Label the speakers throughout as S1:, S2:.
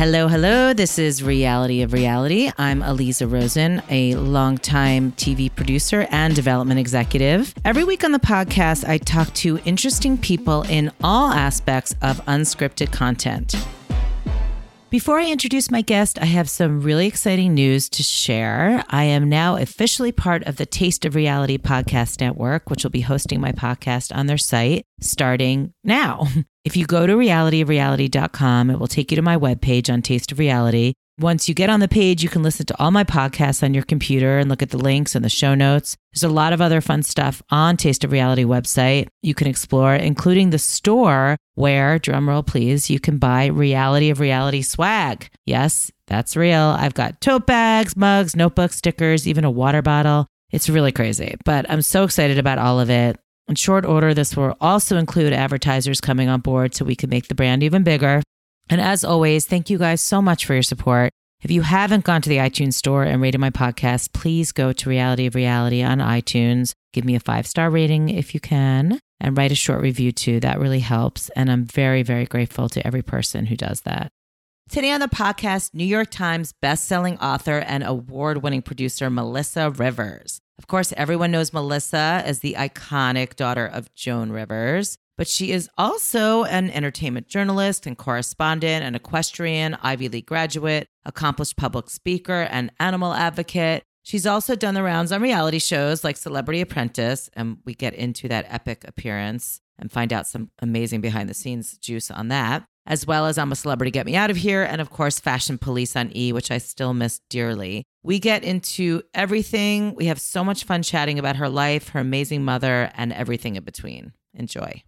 S1: Hello, hello. This is Reality of Reality. I'm Aliza Rosen, a longtime TV producer and development executive. Every week on the podcast, I talk to interesting people in all aspects of unscripted content. Before I introduce my guest, I have some really exciting news to share. I am now officially part of the Taste of Reality Podcast Network, which will be hosting my podcast on their site starting now. If you go to realityofreality.com, it will take you to my webpage on Taste of Reality. Once you get on the page, you can listen to all my podcasts on your computer and look at the links and the show notes. There's a lot of other fun stuff on Taste of Reality website you can explore, including the store where, drumroll please, you can buy Reality of Reality swag. Yes, that's real. I've got tote bags, mugs, notebooks, stickers, even a water bottle. It's really crazy, but I'm so excited about all of it. In short order, this will also include advertisers coming on board so we can make the brand even bigger. And as always, thank you guys so much for your support. If you haven't gone to the iTunes store and rated my podcast, please go to Reality of Reality on iTunes. Give me a five star rating if you can and write a short review too. That really helps. And I'm very, very grateful to every person who does that. Today on the podcast, New York Times bestselling author and award winning producer Melissa Rivers. Of course, everyone knows Melissa as the iconic daughter of Joan Rivers, but she is also an entertainment journalist and correspondent, an equestrian, Ivy League graduate, accomplished public speaker, and animal advocate. She's also done the rounds on reality shows like Celebrity Apprentice, and we get into that epic appearance and find out some amazing behind the scenes juice on that as well as I'm a Celebrity Get Me Out of Here, and of course, Fashion Police on E, which I still miss dearly. We get into everything. We have so much fun chatting about her life, her amazing mother, and everything in between. Enjoy.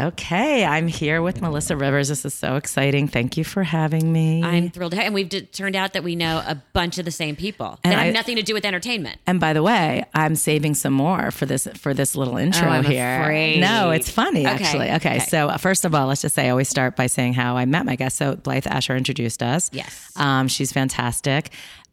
S1: Okay, I'm here with Melissa Rivers. This is so exciting. Thank you for having me.
S2: I'm thrilled. to ha- And we've d- turned out that we know a bunch of the same people
S1: And
S2: that
S1: I-
S2: have nothing to do with entertainment.
S1: and by the way, I'm saving some more for this for this little intro
S2: Oh, I'm
S1: here.
S2: afraid.
S1: No, it's funny actually. Okay,
S2: okay.
S1: so uh, first of all, let's just say I always start by saying how I met my guest. So Blythe Asher introduced us.
S2: Yes.
S1: Um, she's fantastic.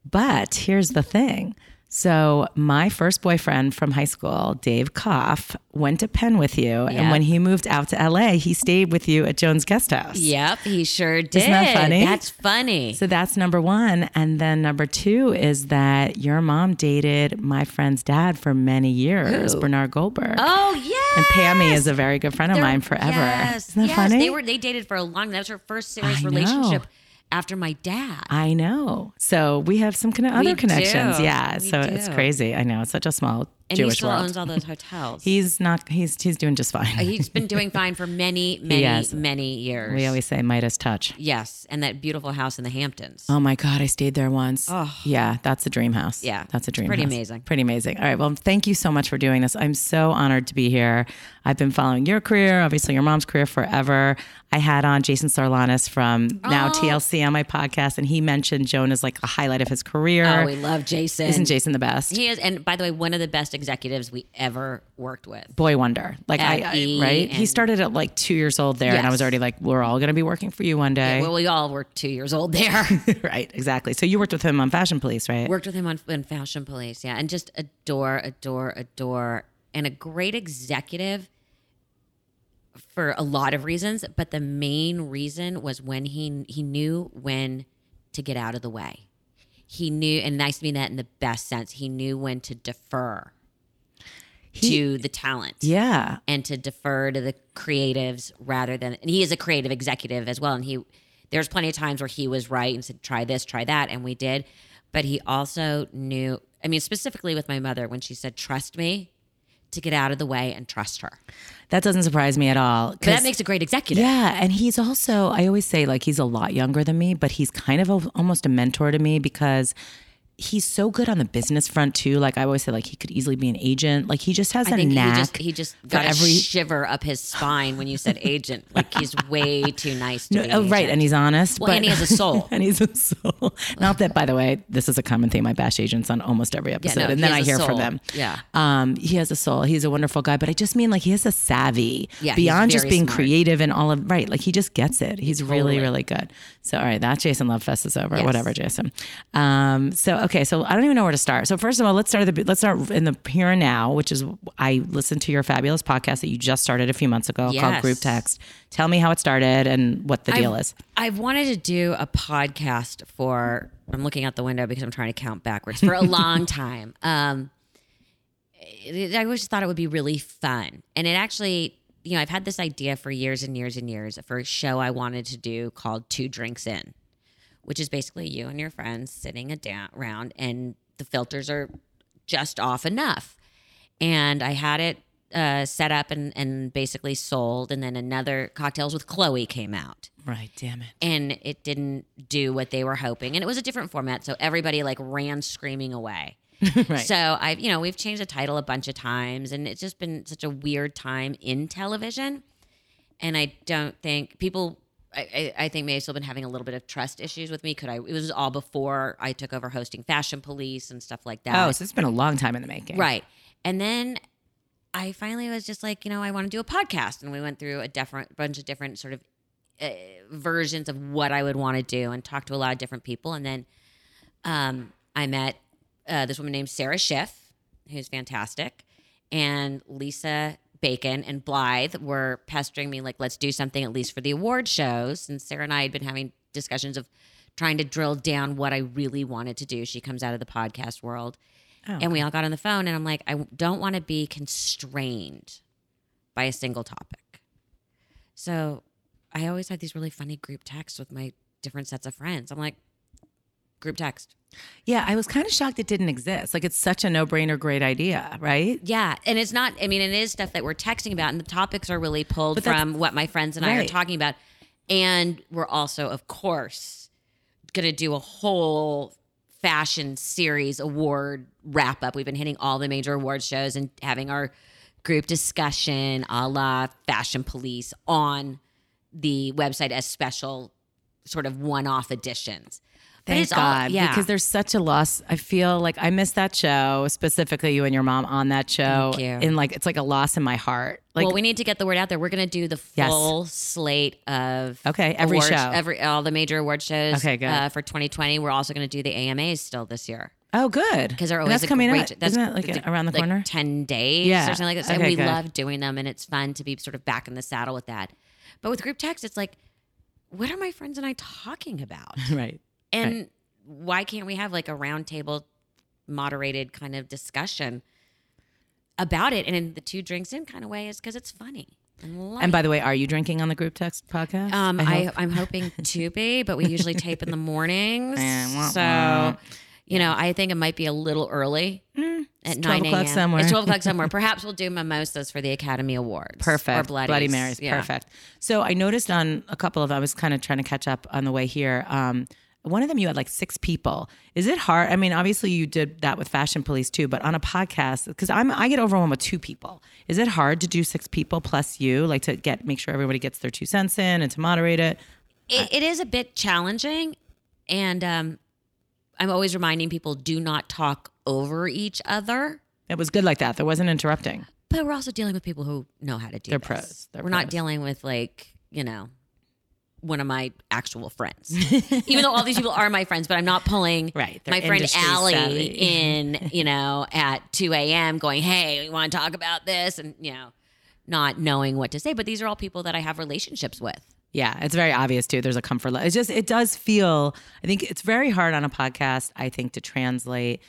S1: But here's the thing. So my first boyfriend from high school, Dave Koff, went to Penn with you, and
S2: Yep.
S1: when he moved out to LA, he stayed with you at Jones Guest House.
S2: Yep, he sure did.
S1: Isn't that funny?
S2: That's funny.
S1: So that's number one. And then number two is that your mom dated my friend's dad for many years, Bernard Goldberg.
S2: oh yeah.
S1: And Pammy is a very good friend of mine forever.
S2: Yes,
S1: Isn't that
S2: yes.
S1: funny?
S2: They were they dated for a long. That was her first serious
S1: I know.
S2: relationship after my dad.
S1: I know. So we have some conne- other
S2: We
S1: connections.
S2: do.
S1: Yeah.
S2: We
S1: so it's
S2: do.
S1: crazy. I know. It's such a small
S2: and
S1: Jewish
S2: he still
S1: world.
S2: owns Uh, all those hotels.
S1: he's not. He's he's doing just fine.
S2: he's been doing fine for many, many,
S1: has.
S2: many years.
S1: we always say Midas touch.
S2: yes, and that beautiful house in the Hamptons.
S1: Oh my God, I stayed there once. Yeah, that's a dream house.
S2: Yeah,
S1: That's a dream
S2: pretty
S1: house.
S2: amazing.
S1: Pretty amazing. All right. Well, thank you so much for doing this. I'm so honored to be here. I've been following your career, obviously your mom's career forever. I had on Jason Sarlanis from now
S2: Oh.
S1: TLC on my podcast, and he mentioned Joan as like a highlight of his career.
S2: Oh, we love Jason.
S1: Isn't Jason the best?
S2: He is, and by the way, one of the best executives we ever worked with.
S1: Boy Wonder. Like I, I-
S2: Abby
S1: right? He
S2: and-
S1: started at like two years old there, and I was
S2: Yes.
S1: already like, we're all gonna be working for you one day.
S2: Well, we all were two years old there.
S1: right, exactly. So you worked with him on Fashion Police, right?
S2: Worked with him on in Fashion Police, yeah, and just adore, adore, adore, and a great executive for a lot of reasons. But the main reason was when he he knew when to get out of the way. He knew, and nice to mean that in the best sense. He knew when to defer to the talent.
S1: yeah.
S2: and to defer to the creatives rather than and he is a creative executive as well and he there's plenty of times where he was right and said try this try that and we did but he also knew i mean specifically with my mother when she said trust me to get out of the way and trust her
S1: That doesn't surprise me at all.
S2: but that
S1: 'cause-
S2: makes a great executive
S1: Yeah, and he's also I always say like he's a lot younger than me, but he's kind of a, almost a mentor to me because he's so good on the business front too. Like I always say like he could easily be an agent. Like he just has
S2: I
S1: a
S2: think he
S1: knack.
S2: just he just got
S1: every-
S2: a shiver up his spine when you said agent. Like he's way too nice to be. an
S1: Oh, right,
S2: agent.
S1: and he's honest.
S2: well,
S1: but-
S2: and he has a soul.
S1: and he's a soul. Not that, by the way, this is a common theme. I bash agents on almost every episode,
S2: no,
S1: and
S2: he
S1: then I
S2: has a
S1: hear from
S2: soul.
S1: them.
S2: Yeah.
S1: um, he has a soul. He's a wonderful guy, but I just mean like he has a savvy
S2: Yeah, he's
S1: beyond just
S2: very
S1: being
S2: smart.
S1: creative and all of right. Like he just gets it. He's really,
S2: Totally.
S1: really good. So all right, that Jason Love Fest is over.
S2: Yes.
S1: Whatever, Jason. Um, so Okay, so I don't even know where to start. So first of all, let's start at the let's start in the here and now, which is I listened to your fabulous podcast that you just started a few months ago called
S2: Yes.
S1: Group Text. Tell me how it started and what the deal is.
S2: I've wanted to do a podcast for. I'm looking out the window because I'm trying to count backwards for a long time. Um, it, I always thought it would be really fun, and it actually, you know, I've had this idea for years and years and years for a show I wanted to do called Two Drinks In, which is basically you and your friends sitting a down round, and the filters are just off enough. And I had it uh, set up and and basically sold, and then another cocktails with Chloe came out
S1: Right, damn it.
S2: and it didn't do what they were hoping and it was a different format so everybody like ran screaming away
S1: Right.
S2: so i've you know we've changed the title a bunch of times and it's just been such a weird time in television and i don't think people I, I I think may still been having a little bit of trust issues with me. Could I? It was all before I took over hosting Fashion Police and stuff like that.
S1: Oh, so it's been a long time in the making.
S2: Right. And then I finally was just like, you know, I want to do a podcast. And we went through a different bunch of different sort of uh, versions of what I would want to do and talked to a lot of different people. And then um, I met uh, this woman named Sarah Schiff, who's fantastic, and Lisa Bacon and Blythe were pestering me, like, let's do something at least for the award shows. And Sarah and I had been having discussions of trying to drill down what I really wanted to do. She comes out of the podcast world. And we all got on the phone, and I'm like, I don't want to be constrained by a single topic. So I always had these really funny group texts with my different sets of friends. I'm like, group text.
S1: Yeah, I was kind of shocked it didn't exist. Like it's such a no-brainer great idea, right?
S2: Yeah, and it's not. I mean, it is stuff that we're texting about, and the topics are really pulled
S1: But that's-
S2: from what my friends and I are
S1: Right.
S2: talking about. And we're also, of course, going to do a whole fashion series award wrap up. We've been hitting all the major award shows and having our group discussion, a la Fashion Police, on the website as special sort of one off editions. But
S1: Thank
S2: it's all-
S1: God.
S2: yeah.
S1: Because there's such a loss. I feel like I missed that show, specifically you and your mom on that show.
S2: Thank you.
S1: And like it's like a loss in my heart. Like
S2: well, we need to get the word out there. We're going to do the
S1: Yes.
S2: full slate of
S1: Okay, every
S2: awards-
S1: show.
S2: every all the major award shows.
S1: Okay, good.
S2: Uh, for 2020, we're also going to do the AMAs still this year
S1: Oh, good.
S2: because they're
S1: And
S2: always
S1: that's
S2: a
S1: coming
S2: great,
S1: up. Isn't that like
S2: it's a-
S1: around the
S2: like
S1: corner?
S2: 10 days
S1: Yeah.
S2: or something like this. and
S1: Okay,
S2: we
S1: good.
S2: love doing them, and it's fun to be sort of back in the saddle with that. But with group text, it's like, what are my friends and I talking about?
S1: right.
S2: And why can't we have like a roundtable, moderated kind of discussion about it? And in the two drinks in kind of way is because it's funny and light.
S1: And by the way, are you drinking on the group text podcast?
S2: um,
S1: hope.
S2: I, I am hoping to be, but we usually tape in the mornings,
S1: Eh, wah, wah. Mm,
S2: so you know I think it might be a little early at
S1: it's 12
S2: nine
S1: o'clock
S2: a.m.
S1: somewhere.
S2: It's twelve o'clock somewhere. Perhaps we'll do mimosas for the Academy Awards.
S1: Perfect.
S2: Or Bloody,
S1: Marys. Perfect. So I noticed on a couple of, I was kind of trying to catch up on the way here. Um, one of them, you had like six people. Is it hard? I mean, obviously you did that with Fashion Police too, but on a podcast, because I'm I get overwhelmed with two people. Is it hard to do six people plus you, like to get make sure everybody gets their two cents in and to moderate it?
S2: it, it is a bit challenging and um, i'm always reminding people do not talk over each other
S1: It was good like that. There wasn't interrupting.
S2: but we're also dealing with people who know how to do
S1: They're
S2: this.
S1: pros. They're
S2: we're
S1: pros.
S2: not dealing with like you know one of my actual friends even though all these people are my friends but i'm not pulling
S1: Right, they're
S2: my friend
S1: industry
S2: Allie
S1: savvy.
S2: in you know at 2 a.m going hey we want to talk about this and you know not knowing what to say but these are all people that i have relationships with
S1: Yeah, it's very obvious too. There's a comfort. level. It's just it does feel. I think it's very hard on a podcast. I think to translate.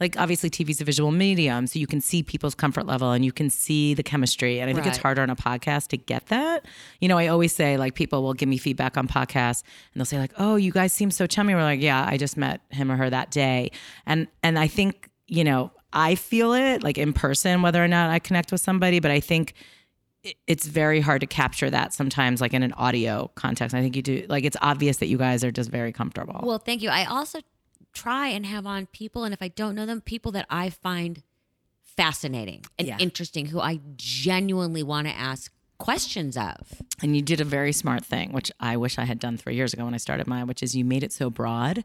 S1: Like obviously, TV's a visual medium, so you can see people's comfort level and you can see the chemistry. And I think it's
S2: Right.
S1: harder on a podcast to get that. You know, I always say like people will give me feedback on podcasts and they'll say like, "Oh, you guys seem so chummy." We're like, "Yeah, I just met him or her that day," and and I think you know I feel it like in person whether or not I connect with somebody, but I think it- it's very hard to capture that sometimes like in an audio context i think you do like it's obvious that you guys are just very comfortable
S2: Well, thank you. I also try and have on people, and if I don't know them, people that I find fascinating and
S1: Yeah.
S2: interesting, who I genuinely want to ask questions of.
S1: and you did a very smart thing which i wish i had done three years ago when i started mine which is you made it so broad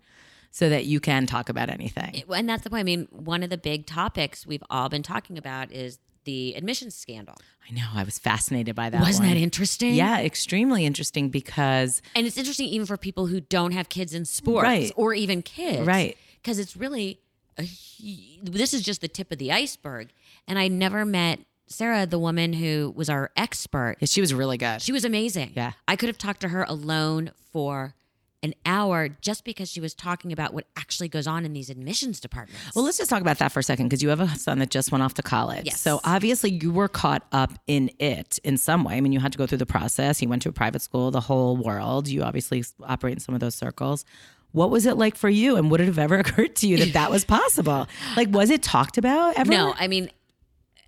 S1: so that you can talk about anything
S2: It- And that's the point. I mean, one of the big topics we've all been talking about is the admissions scandal.
S1: i know i was fascinated by that
S2: Wasn't
S1: one.
S2: that interesting?
S1: yeah extremely interesting because
S2: And it's interesting even for people who don't have kids in sports
S1: Right.
S2: or even kids.
S1: Right.
S2: Because it's really a hu- this is just the tip of the iceberg. And I never met Sarah, the woman who was our expert.
S1: Yeah, she was really good.
S2: She was amazing.
S1: Yeah.
S2: I could have talked to her alone for an hour just because she was talking about what actually goes on in these admissions departments.
S1: Well, let's just talk about that for a second because you have a son that just went off to college.
S2: Yes.
S1: So obviously you were caught up in it in some way. I mean, you had to go through the process. He went to a private school, the whole world. You obviously s- operate in some of those circles. What was it like for you? And would it have ever occurred to you that that was possible? like, was it talked about ever?
S2: no, I mean,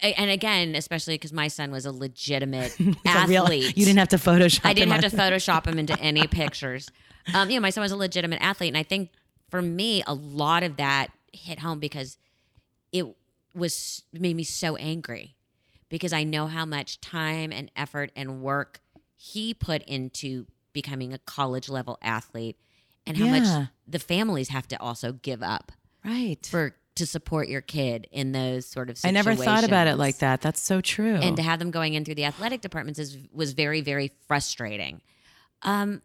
S2: a- and again, especially because my son was a legitimate
S1: It's a
S2: athlete.
S1: real- you didn't have to Photoshop.
S2: I didn't
S1: him
S2: have
S1: on-
S2: to Photoshop him into any pictures. Um, you know, my son was a legitimate athlete, and I think for me, a lot of that hit home because it was made me so angry because I know how much time and effort and work he put into becoming a college level athlete, and how
S1: Yeah.
S2: much the families have to also give up
S1: Right.
S2: for to support your kid in those sort of
S1: I
S2: situations.
S1: never thought about it like that. That's so true.
S2: And to have them going in through the athletic departments is was very very frustrating. Um,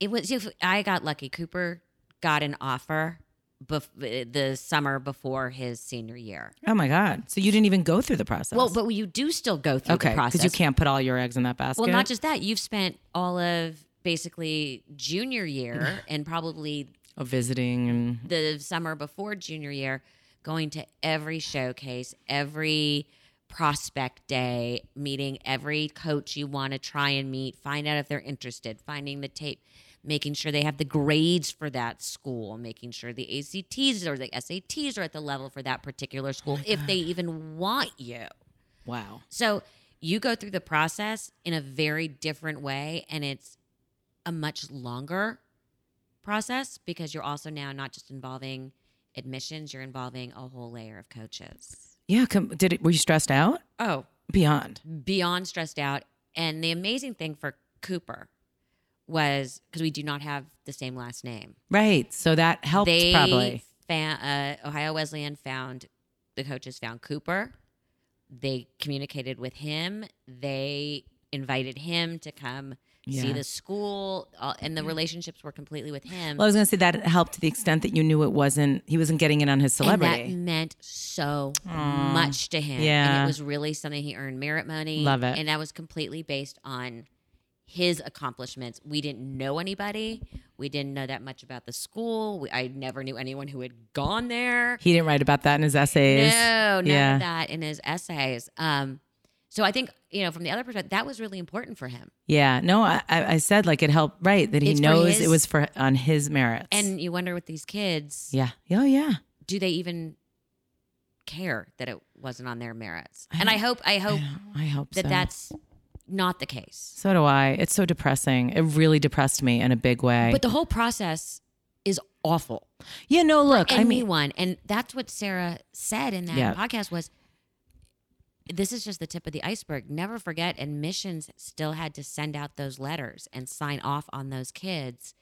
S2: it was. If I got lucky. Cooper got an offer bef- the summer before his senior year.
S1: oh my God. So you didn't even go through the process.
S2: Well, but you do still go through
S1: okay.
S2: the
S1: Because
S2: process.
S1: you can't put all your eggs in that basket.
S2: Well, not just that. You've spent all of basically junior year and probably
S1: Oh, visiting and
S2: the summer before junior year going to every showcase, every prospect day, meeting every coach you want to try and meet, find out if they're interested, finding the tape, making sure they have the grades for that school, making sure the ACTs or the SATs are at the level for that particular school if they even want you.
S1: wow.
S2: So you go through the process in a very different way, and it's a much longer process because you're also now not just involving admissions, you're involving a whole layer of coaches.
S1: Yeah. Com- did it? Were you stressed out?
S2: Oh,
S1: Beyond.
S2: beyond stressed out. And the amazing thing for Cooper was because we do not have the same last name.
S1: Right. So that helped
S2: they
S1: probably.
S2: Found, uh, Ohio Wesleyan found the coaches found Cooper. They communicated with him. They invited him to come see
S1: Yeah.
S2: the school, uh, and the relationships were completely with him.
S1: Well, I was going to say that it helped to the extent that you knew it wasn't, he wasn't getting it on his
S2: and
S1: celebrity.
S2: that meant so much to him. And
S1: yeah.
S2: it was really something he earned merit money.
S1: Love it.
S2: And that was completely based on his accomplishments. We didn't know anybody. We didn't know that much about the school. We, I never knew anyone who had gone there.
S1: he didn't write about that in his essays.
S2: No, none
S1: Yeah.
S2: of that in his essays. Um, so I think you know, from the other perspective, that was really important for him.
S1: Yeah. No, I, I I said like it helped, right? That he
S2: It's for
S1: knows it
S2: his-
S1: was for on his merits.
S2: And you wonder with these kids,
S1: yeah. Oh, yeah.
S2: do they even care that it wasn't on their merits? And I hope, I hope
S1: I hope
S2: Oh, that
S1: so.
S2: that's not the case.
S1: so do I. It's so depressing. It really depressed me in a big way.
S2: But the whole process is awful.
S1: yeah, no, look, I mean,
S2: Anyone, and that's what Sarah said in that
S1: Yeah.
S2: podcast was. This is just the tip of the iceberg. Never forget, admissions still had to send out those letters and sign off on those kids.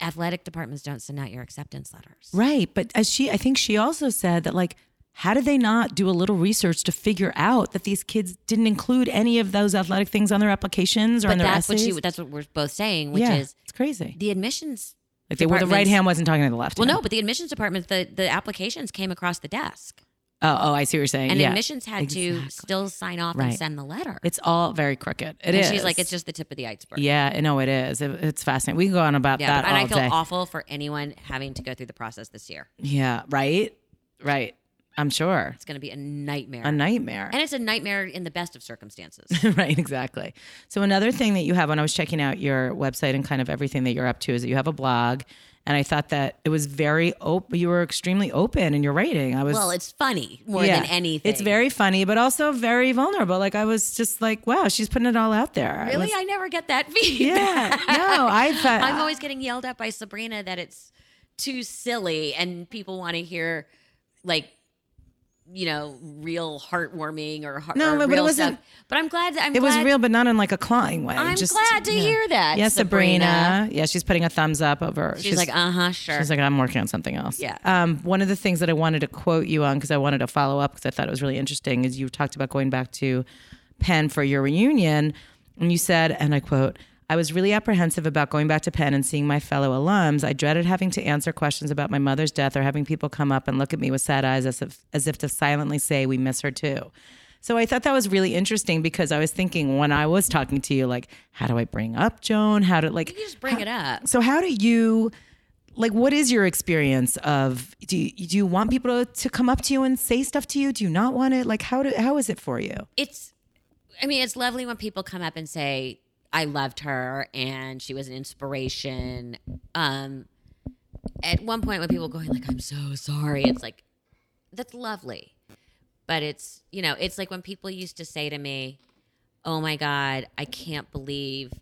S2: Athletic departments don't send out your acceptance letters.
S1: Right. But as she, I think she also said that, like, how did they not do a little research to figure out that these kids didn't include any of those athletic things on their applications or on
S2: But
S1: their
S2: that's what
S1: essays?
S2: she. That's what we're both saying, which
S1: yeah,
S2: is
S1: it's crazy.
S2: the admissions.
S1: Like, they, well, the right
S2: departments-
S1: hand wasn't talking to the left.
S2: Well, no,
S1: hand.
S2: but the admissions department, the the applications came across the desk,
S1: Oh, oh, I see what you're saying.
S2: and
S1: yeah.
S2: admissions had to
S1: Exactly.
S2: still sign off
S1: Right.
S2: and send the letter.
S1: It's all very crooked. It is.
S2: and she's like, it's just the tip of the iceberg.
S1: Yeah, no, it is. It, it's fascinating. We can go on about
S2: Yeah,
S1: that
S2: and
S1: all
S2: I feel
S1: day.
S2: awful for anyone having to go through the process this year.
S1: yeah, right? Right. I'm sure.
S2: It's going to be a nightmare.
S1: A nightmare.
S2: and it's a nightmare in the best of circumstances.
S1: right, exactly. So another thing that you have when I was checking out your website and kind of everything that you're up to is that you have a blog and I thought that it was very open you were extremely open in your writing. I was
S2: well, it's funny more
S1: yeah.
S2: than anything.
S1: It's very funny but also very vulnerable. Like I was just like, wow, she's putting it all out there. I
S2: really.
S1: was-
S2: I never get that
S1: yeah.
S2: feedback.
S1: No, I thought
S2: I'm always getting yelled at by Sabrina that it's too silly, and people want to hear like. You know, real heartwarming or heart,
S1: No,
S2: or
S1: but- but it
S2: real
S1: wasn't-
S2: Stuff. But I'm glad. That, I'm
S1: it was
S2: glad,
S1: real but not in like a clawing way.
S2: I'm
S1: just,
S2: glad to
S1: yeah.
S2: hear that.
S1: Yes, Sabrina. Yeah, she's putting a thumbs up over.
S2: She's, like, uh huh, sure.
S1: She's like, I'm working on something else.
S2: Yeah.
S1: Um, one of the things that I wanted to quote you on because I wanted to follow up because I thought it was really interesting is you talked about going back to Penn for your reunion, and you said, and I quote, I was really apprehensive about going back to Penn and seeing my fellow alums. I dreaded having to answer questions about my mother's death or having people come up and look at me with sad eyes as if, as if to silently say, We miss her too. So I thought that was really interesting because I was thinking when I was talking to you, like, how do I bring up Joan? How to like
S2: You just bring it up.
S1: so how do you like what is your experience of do you, do you want people to, to come up to you and say stuff to you? Do you not want it? Like how do how is it for you?
S2: It's, I mean, it's lovely when people come up and say, I loved her and she was an inspiration. Um, at one point, when people going like, I'm so sorry, it's like, that's lovely. But it's, you know, it's like when people used to say to me, oh my God, I can't believe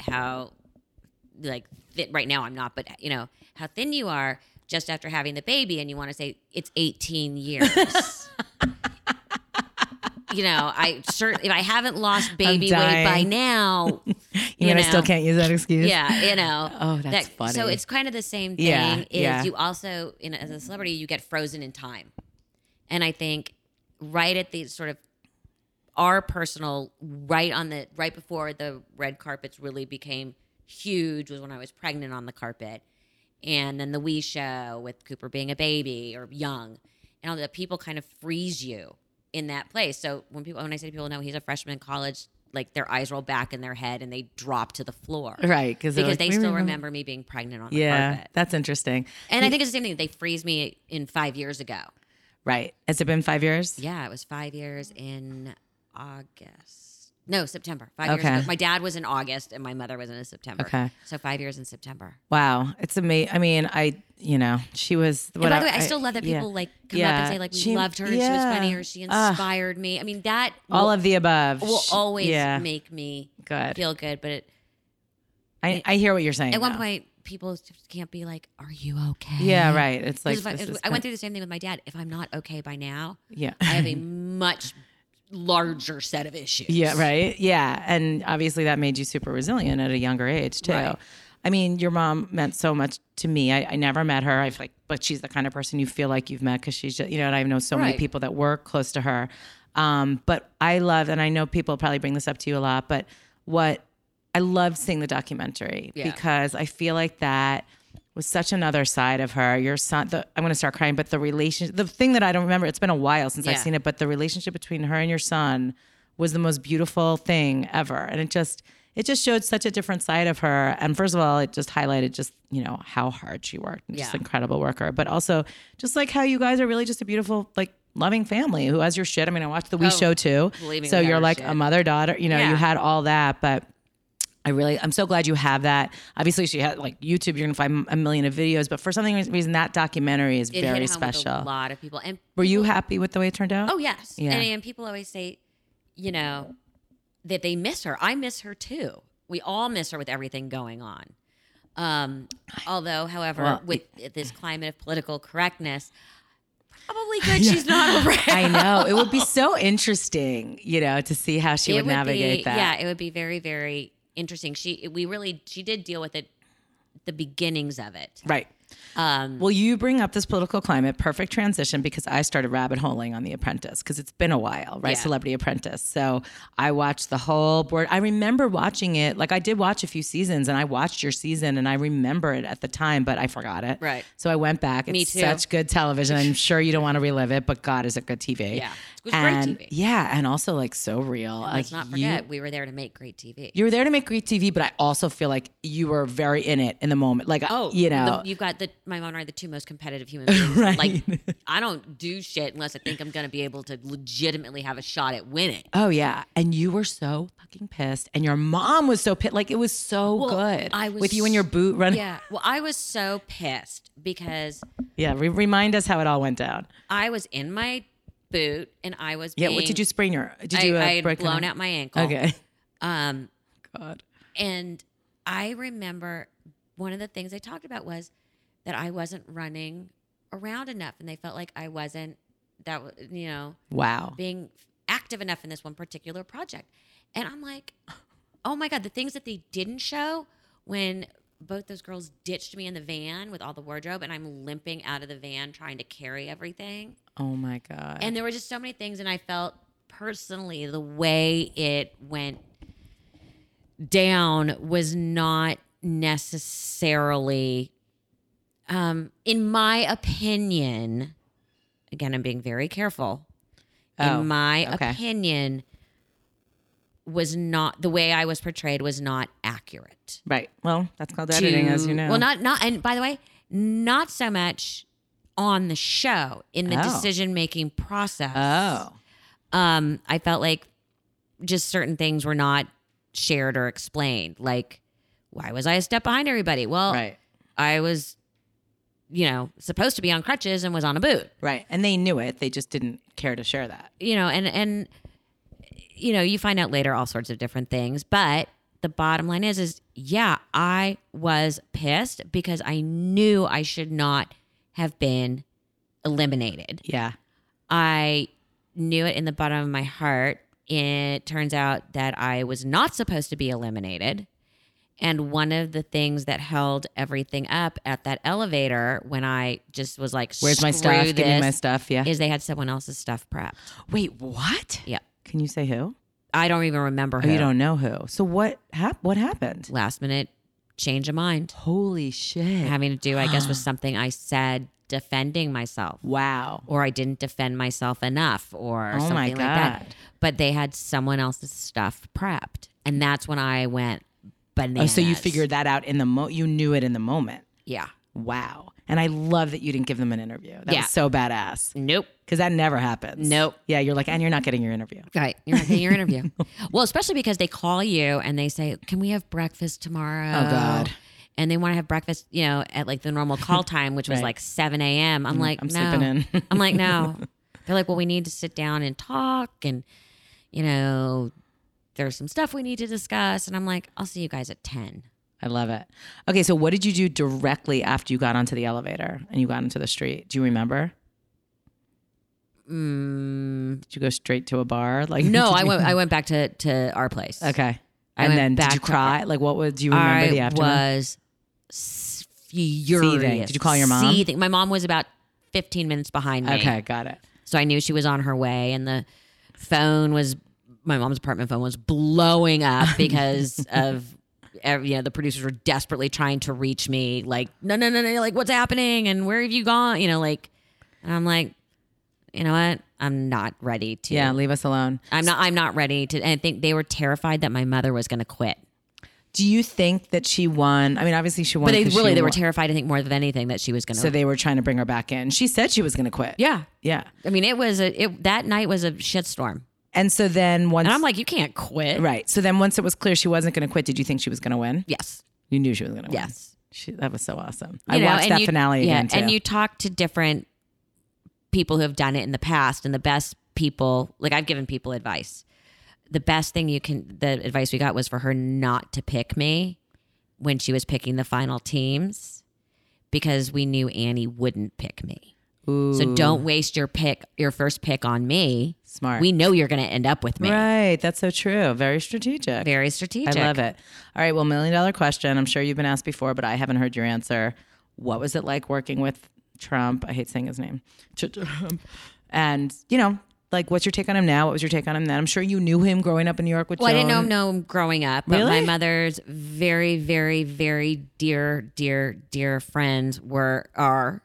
S2: how like th- right now I'm not, but you know how thin you are just after having the baby, and you want to say it's 18 years. you know, I certainly if I haven't lost baby weight by
S1: dying.
S2: now, you,
S1: You, mean I still
S2: know.
S1: can't use that excuse?
S2: Yeah, you know.
S1: Oh, that's funny.
S2: So it's kind of the same thing.
S1: Yeah,
S2: is
S1: yeah.
S2: you also, in as a celebrity, you get frozen in time, and I think right at the sort of our personal right on the right before the red carpets really became huge was when I was pregnant on the carpet, and then the We Show with Cooper being a baby or young, and all the people kind of freeze you in that place. So when people when I say to people, no, he's a freshman in college. Like their eyes roll back in their head and they drop to the floor
S1: Right, they're
S2: because
S1: like,
S2: they
S1: "We
S2: still remember me being pregnant on the
S1: Yeah,
S2: carpet.
S1: that's interesting.
S2: And I think it's the same thing. They freeze me in five years ago.
S1: Right. Has it been five years?
S2: Yeah, it was five years in August. No, September. Five
S1: Okay.
S2: years ago. My dad was in August and my mother was in September.
S1: Okay.
S2: So five years in September.
S1: Wow. It's amazing. I mean, I, you know, she was. What
S2: and by the way, I, still love that people like come up
S1: Yeah.
S2: and say like we
S1: She-
S2: loved her and she was
S1: yeah.
S2: funny or she
S1: Ugh.
S2: inspired me. I mean that
S1: all
S2: will,
S1: of the above
S2: will
S1: Sh-
S2: always
S1: yeah,
S2: make me
S1: Good.
S2: feel good. But it,
S1: I, I hear what you're saying.
S2: at one
S1: though.
S2: point, people just can't be like, "Are you okay?"
S1: Yeah. Right. It's like
S2: Because if I-
S1: this
S2: if-
S1: is
S2: I went
S1: kind-
S2: through the same thing with my dad. If I'm not okay by now,
S1: Yeah.
S2: I have a much larger set of issues.
S1: Yeah, right. Yeah. And obviously that made you super resilient at a younger age too.
S2: Right.
S1: I mean, your mom meant so much to me. I, I never met her. I've like, but she's the kind of person you feel like you've met because she's just, you know, and I know so many
S2: Right.
S1: people that were close to her. Um, but I love, and I know people probably bring this up to you a lot, but what I loved seeing the documentary
S2: Yeah.
S1: because I feel like that was such another side of her. Your son, the, I'm going to start crying, but the relation, the thing that I don't remember, it's been a while since I've
S2: Yeah.
S1: seen it, but the relationship between her and your son was the most beautiful thing ever. And it just, it just showed such a different side of her. And first of all, it just highlighted just, you know, how hard she worked and just
S2: Yeah.
S1: incredible worker, but also just like how you guys are really just a beautiful, like loving family who has your shit. I mean, I watched the We
S2: Oh,
S1: Show too.
S2: believe me,
S1: So
S2: we got
S1: you're
S2: our
S1: like
S2: shit.
S1: a mother daughter, you know, you
S2: Yeah.
S1: had all that, but I really, I'm so glad you have that. Obviously, she had like YouTube. You're gonna find a million of videos, but for some reason, that documentary is
S2: It hit
S1: very
S2: home with a
S1: special.
S2: lot of people. And
S1: Were you happy with the way it turned out?
S2: oh yes,
S1: Yeah.
S2: and, and people always say, you know, that they miss her. I miss her too. We all miss her with everything going on. Um, although, however,
S1: Well,
S2: with this climate of political correctness, probably good she's not around.
S1: I know it would be so interesting, you know, to see how she would, navigate
S2: be,
S1: that.
S2: Yeah, it would be very, very interesting. She, we really, she did deal with it, the beginnings of it.
S1: Right.
S2: Um,
S1: Well, you bring up this political climate, perfect transition because I started rabbit holing on The Apprentice because it's been a while, right?
S2: Yeah.
S1: Celebrity Apprentice. So I watched the whole board. I remember watching it. Like I did watch a few seasons and I watched your season and I remember it at the time, but I forgot it.
S2: Right.
S1: So I went back. It's
S2: Me too.
S1: such good television. I'm sure you don't want to relive it, but God is it good TV.
S2: Yeah. It was great
S1: and,
S2: TV.
S1: Yeah. And also like so real.
S2: let's
S1: like
S2: not
S1: you-
S2: forget we were there to make great TV.
S1: you were there to make great TV, but I also feel like you were very in it in the moment. Like,
S2: Oh,
S1: you know,
S2: the, you've got the my mom and I are the two most competitive human beings.
S1: Right.
S2: Like, I don't do shit unless I think I'm gonna be able to legitimately have a shot at winning.
S1: Oh yeah, and you were so fucking pissed, and your mom was so pissed. Like it was so
S2: Well,
S1: good.
S2: I was
S1: with you and your boot running. Yeah,
S2: Yeah. Well, I was so pissed because
S1: re- remind us how it all went down.
S2: I was in my boot and I was
S1: Yeah, what
S2: being-
S1: did you sprain your? Did
S2: I,
S1: you uh,
S2: I had
S1: break
S2: blown
S1: your-
S2: out my ankle.
S1: Okay.
S2: Um,
S1: God.
S2: and I remember one of the things they talked about was that I wasn't running around enough, and they felt like I wasn't that wa- you know
S1: Wow.
S2: being active enough in this one particular project. And I'm like, oh my God, the things that they didn't show when both those girls ditched me in the van with all the wardrobe and I'm limping out of the van trying to carry everything.
S1: Oh my god.
S2: And there were just so many things, and I felt personally the way it went down was not necessarily um in my opinion again i'm being very careful
S1: Oh,
S2: in my
S1: okay.
S2: opinion was not the way i was portrayed was not accurate
S1: Right. Well, that's called editing, as you
S2: to-
S1: know.
S2: Well, not not and by the way, not so much on the show in the
S1: Oh.
S2: decision making process.
S1: Oh.
S2: Um, I felt like just certain things were not shared or explained. Like, why was I a step behind everybody? Well,
S1: Right.
S2: I was, you know, supposed to be on crutches and was on a boot.
S1: Right. And they knew it. They just didn't care to share that.
S2: You know, and and you know, you find out later all sorts of different things, but the bottom line is is yeah, I was pissed because I knew I should not have been eliminated.
S1: Yeah.
S2: I knew it in the bottom of my heart. It turns out that I was not supposed to be eliminated. And one of the things that held everything up at that elevator when I just was like,
S1: Where's my
S2: "Screw
S1: stuff? Give me my
S2: this,"
S1: stuff. Yeah.
S2: Is they had someone else's stuff prepped.
S1: Wait, what?
S2: Yeah.
S1: Can you say who?
S2: I don't even remember
S1: Oh,
S2: who.
S1: you don't know who. So what hap- what happened?
S2: Last minute change of mind.
S1: Holy shit.
S2: Having to do, I guess, with something I said defending myself.
S1: Wow.
S2: or I didn't defend myself enough or
S1: Oh
S2: something
S1: my
S2: like that.
S1: God.
S2: But they had someone else's stuff prepped. And that's when I went
S1: Oh,
S2: bananas.
S1: so you figured that out in the mo you knew it in the moment.
S2: Yeah.
S1: Wow. And I love that you didn't give them an interview. That
S2: Yeah.
S1: was so badass.
S2: Nope.
S1: Because that never happens.
S2: Nope.
S1: Yeah, you're like, and you're not getting your interview.
S2: Right. You're not getting your interview. Well, especially because they call you and they say, Can we have breakfast tomorrow?
S1: Oh, God.
S2: And they want to have breakfast, you know, at like the normal call time, which was
S1: Right. Mm-hmm.
S2: like 7 a.m. I'm like,
S1: I'm
S2: no.
S1: sleeping in.
S2: I'm like, no. They're like, well, we need to sit down and talk, and you know, there's some stuff we need to discuss. And I'm like, I'll see you guys at ten.
S1: I love it. Okay, so what did you do directly after you got onto the elevator and you got into the street? Do you remember?
S2: Mm,
S1: Did you go straight to a bar? Like
S2: no,
S1: did
S2: I
S1: you-
S2: went. I went back to to our place.
S1: Okay.
S2: I
S1: and
S2: went
S1: then did
S2: back
S1: you
S2: to-
S1: cry? Like what was do you remember
S2: I
S1: the aftermath?
S2: was s- furious.
S1: Did you call your mom?
S2: Seething. My mom was about 15 minutes behind me.
S1: okay, got it.
S2: So I knew she was on her way, and the phone was my mom's apartment phone was blowing up because of ev- you know the producers were desperately trying to reach me, like no, no, no, no, like what's happening and where have you gone? You know, like, and I'm like, you know what? I'm not ready to.
S1: Yeah, leave us alone.
S2: I'm not. I'm not ready to. And I think they were terrified that my mother was going to quit.
S1: Do you think that she won? I mean, obviously she won.
S2: But they
S1: 'cause
S2: really
S1: she
S2: they were
S1: won-
S2: terrified. I think more than anything that she was going to.
S1: so they were trying to bring her back in. She said she was going to quit.
S2: yeah.
S1: Yeah.
S2: I mean, it was a it that night was a shitstorm,
S1: And so then once
S2: and I'm like, you can't quit.
S1: right. So then once it was clear she wasn't going to quit, did you think she was going to win?
S2: Yes.
S1: You knew she was going to win.
S2: Yes.
S1: She, that was so awesome. I
S2: you know,
S1: watched
S2: and
S1: that
S2: you-
S1: finale
S2: yeah,
S1: again too.
S2: And you talk to different people who have done it in the past, and the best people, like I've given people advice. The best thing you can, the advice we got was for her not to pick me when she was picking the final teams because we knew Annie wouldn't pick me. So don't waste your pick, your first pick on me.
S1: Smart.
S2: We know you're going to end up with me.
S1: right. That's so true. Very strategic.
S2: Very strategic.
S1: I love it. All right. Well, million dollar question. I'm sure you've been asked before, but I haven't heard your answer. What was it like working with Trump? I hate saying his name. Trump. And, you know, like, what's your take on him now? What was your take on him then? I'm sure you knew him growing up in New York with
S2: Well, I didn't know
S1: Joan.
S2: him, know him growing up, but
S1: Really?
S2: my mother's very, very, very dear, dear, dear friends were are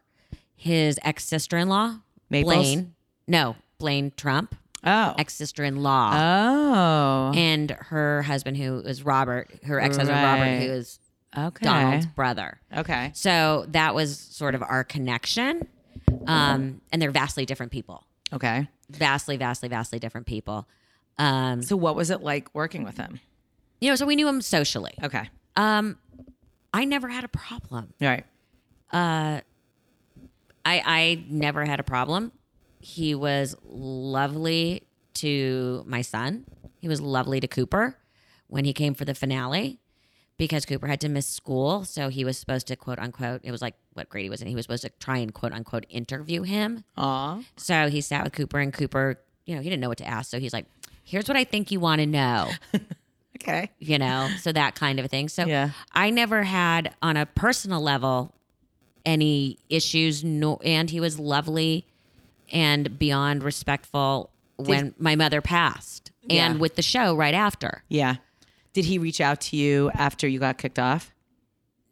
S2: his ex sister in law,
S1: Maples?
S2: Blaine. No, Blaine Trump,
S1: Oh.
S2: ex sister in law,
S1: Oh.
S2: and her husband, who is Robert, her ex husband
S1: Right.
S2: Robert, who is
S1: okay.
S2: Donald's brother.
S1: Okay.
S2: So that was sort of our connection, um, and they're vastly different people,
S1: Okay.
S2: vastly, vastly, vastly different people. Um,
S1: So, what was it like working with him?
S2: you know, so we knew him socially.
S1: Okay.
S2: Um, I never had a problem.
S1: All right.
S2: I I never had a problem. He was lovely to my son. He was lovely to Cooper when he came for the finale because Cooper had to miss school, so he was supposed to quote unquote. It was like what grade he was in. He was supposed to try and quote unquote interview him.
S1: Aw.
S2: So he sat with Cooper, and Cooper, you know, he didn't know what to ask. So he's like, "Here's what I think you want to know."
S1: Okay.
S2: you know, so that kind of a thing. So
S1: Yeah.
S2: I never had on a personal level any issues no and he was lovely and beyond respectful when my mother passed
S1: Yeah.
S2: and with the show right after.
S1: Yeah. Did he reach out to you after you got kicked off?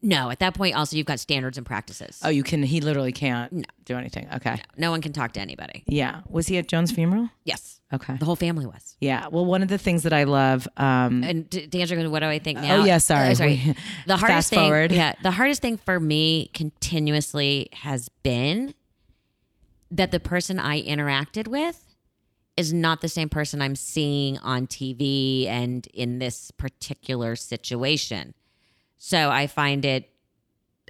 S2: No, at that point, also you've got standards and practices.
S1: Oh, you can. He literally can't do anything. Okay.
S2: No one can talk to anybody.
S1: Yeah. Was he at Joan's funeral?
S2: Yes,
S1: Okay.
S2: the whole family was.
S1: Yeah. Well, one of the things that I love. Um, oh,
S2: And to, to answer, what do I think Uh, now?
S1: yeah, sorry.
S2: Uh,
S1: We-
S2: sorry. The hardest
S1: Fast
S2: thing,
S1: forward.
S2: yeah, the hardest thing for me continuously has been that the person I interacted with is not the same person I'm seeing on TV and in this particular situation. So I find it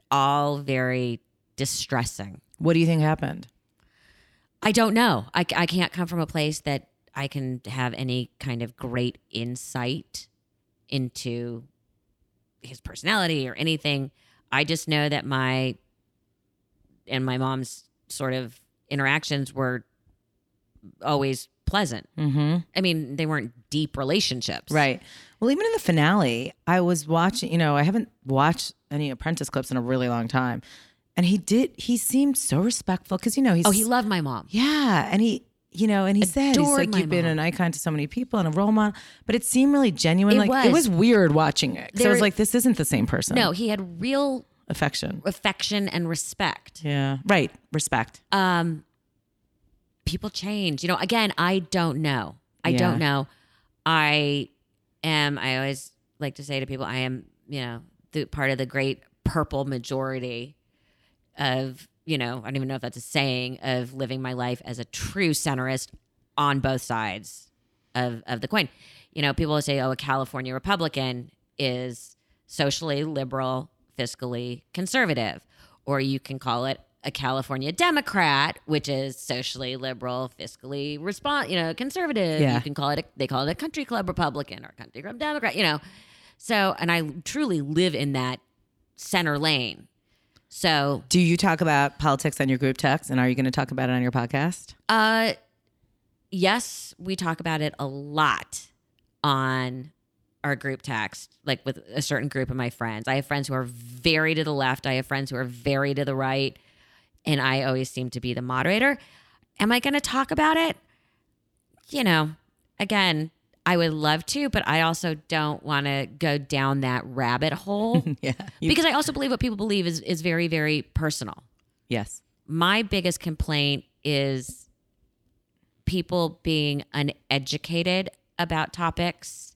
S2: all very distressing.
S1: what do you think happened?
S2: I don't know. I, I can't come from a place that I can have any kind of great insight into his personality or anything. I just know that my and my mom's sort of interactions were always pleasant.
S1: Mm-hmm.
S2: I mean, they weren't deep relationships.
S1: Right. Well, even in the finale, I was watching, you know, I haven't watched any Apprentice clips in a really long time. And he did, he seemed so respectful because, you know, he's.
S2: Oh, he loved my mom.
S1: Yeah. And he, you know, and he said, he's
S2: Adored
S1: like,
S2: my
S1: you've been
S2: mom.
S1: an icon to so many people and a role model. But it seemed really genuine.
S2: It
S1: like, it
S2: was.
S1: was weird watching it. 'cause I was
S2: There-
S1: like, this isn't the same person.
S2: No, he had real
S1: Affection.
S2: affection and respect.
S1: Yeah. Right. Respect.
S2: um people change you know again i don't know i
S1: Yeah.
S2: don't know i am i always like to say to people i am you know the part of the great purple majority of you know i don't even know if that's a saying of living my life as a true centrist on both sides of of the coin you know people will say oh a california republican is socially liberal fiscally conservative or you can call it a california democrat which is socially liberal fiscally respon you know conservative
S1: Yeah.
S2: you can call it a, they call it a country club republican or a country club democrat you know so and i truly live in that center lane so
S1: Do you talk about politics on your group text? And are you going to talk about it on your podcast?
S2: Uh, yes, we talk about it a lot on our group text, like with a certain group of my friends. I have friends who are very to the left. I have friends who are very to the right, and I always seem to be the moderator. Am I going to talk about it? You know, again, I would love to, but I also don't want to go down that rabbit hole
S1: yeah. You-
S2: because I also believe what people believe is is very very personal
S1: yes.
S2: my biggest complaint is people being uneducated about topics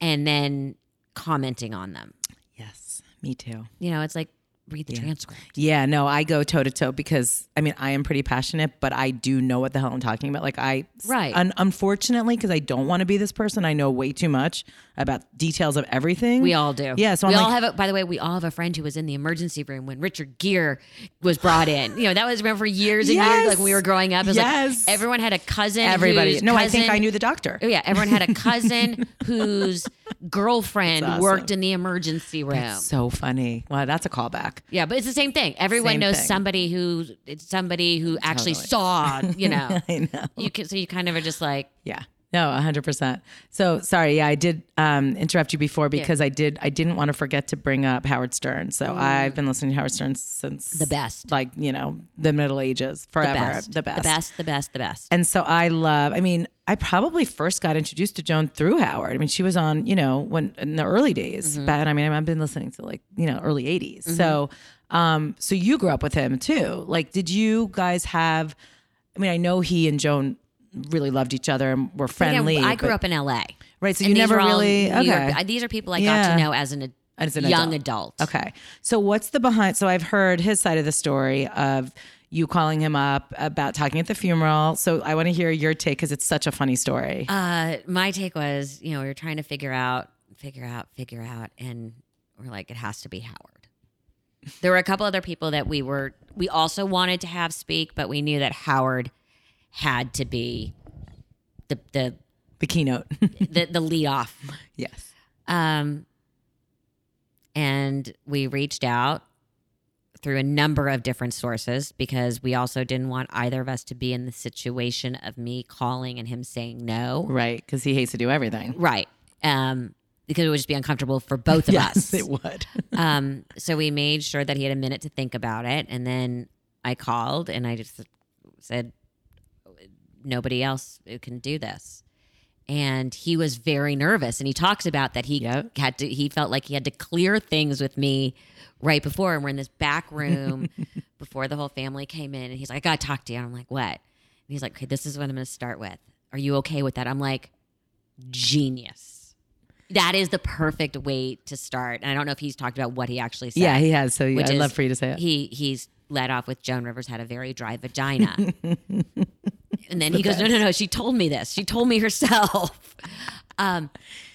S2: and then commenting on them.
S1: Yes. Me too.
S2: You know, it's like read the transcript.
S1: Yeah, no, I go toe to toe because I mean, I am pretty passionate, but I do know what the hell I'm talking about. Like, I,
S2: Right.
S1: un- unfortunately, because I don't want to be this person, I know way too much about details of everything.
S2: We all do.
S1: Yeah, so
S2: we
S1: I'm
S2: all
S1: like-
S2: have. A, by the way, we all have a friend who was in the emergency room when Richard Gere was brought in. You know, that was remember for years and
S1: Yes.
S2: years, like when we were growing up. It was
S1: Yes.
S2: like everyone had a cousin.
S1: everybody.
S2: whose
S1: No, I think
S2: cousin-
S1: I knew the doctor.
S2: Oh yeah, everyone had a cousin whose girlfriend
S1: That's awesome.
S2: worked in the emergency room.
S1: So funny. Wow, that's a callback.
S2: Yeah, but it's the same thing. Everyone
S1: Same
S2: knows
S1: thing.
S2: somebody who it's somebody who actually
S1: Totally.
S2: saw, you know.
S1: I know.
S2: you can so you kind of are just like
S1: Yeah. No, 100%. So, sorry, yeah, I did um, interrupt you before because I did I didn't want to forget to bring up Howard Stern. So, I've been listening to Howard Stern since
S2: Mm. the best.
S1: like, you know, the Middle Ages, forever.
S2: The best.
S1: The best.
S2: The best, the best, the best.
S1: And so I love, I mean, I probably first got introduced to Joan through Howard. I mean, she was on, you know, when in the early days,
S2: Mm-hmm.
S1: but I mean, I've been listening to like, you know, early 80s. So,
S2: Mm-hmm.
S1: um, so you grew up with him too. Like, did you guys have, I mean, I know he and Joan really loved each other and were
S2: Again,
S1: friendly.
S2: I grew
S1: but-
S2: up in LA.
S1: Right. So
S2: And
S1: you
S2: these
S1: never
S2: were all
S1: really,
S2: New York-
S1: okay.
S2: I- these are people I
S1: Yeah.
S2: got to know as an, ad-
S1: As an
S2: young adult.
S1: Okay. So what's the behind? So I've heard his side of the story of you calling him up about talking at the funeral. So I want to hear your take because it's such a funny story.
S2: Uh, my take was, you know, we were trying to figure out, figure out, figure out, and we're like, it has to be Howard. There were a couple other people that we were, we also wanted to have speak, but we knew that Howard had to be the the
S1: the keynote.
S2: the, the lead off.
S1: yes.
S2: Um, and we reached out through a number of different sources because we also didn't want either of us to be in the situation of me calling and him saying no.
S1: Right. Because he hates to do everything.
S2: Right. Um, because it would just be uncomfortable for both of us.
S1: it would.
S2: um, so we made sure that he had a minute to think about it. And then I called and I just said, nobody else can do this. and he was very nervous and he talks about that he
S1: Yep.
S2: had to he felt like he had to clear things with me right before and we're in this back room before the whole family came in and he's like i gotta talk to you i'm like what and he's like okay this is what i'm gonna start with are you okay with that i'm like genius that is the perfect way to start and i don't know if he's talked about what he actually said
S1: Yeah, he has. So yeah,
S2: which
S1: I'd
S2: is-
S1: love for you to say it.
S2: he he's led off with Joan Rivers had a very dry vagina. and then he goes, No, no, no, she told me this. She told me herself. Um,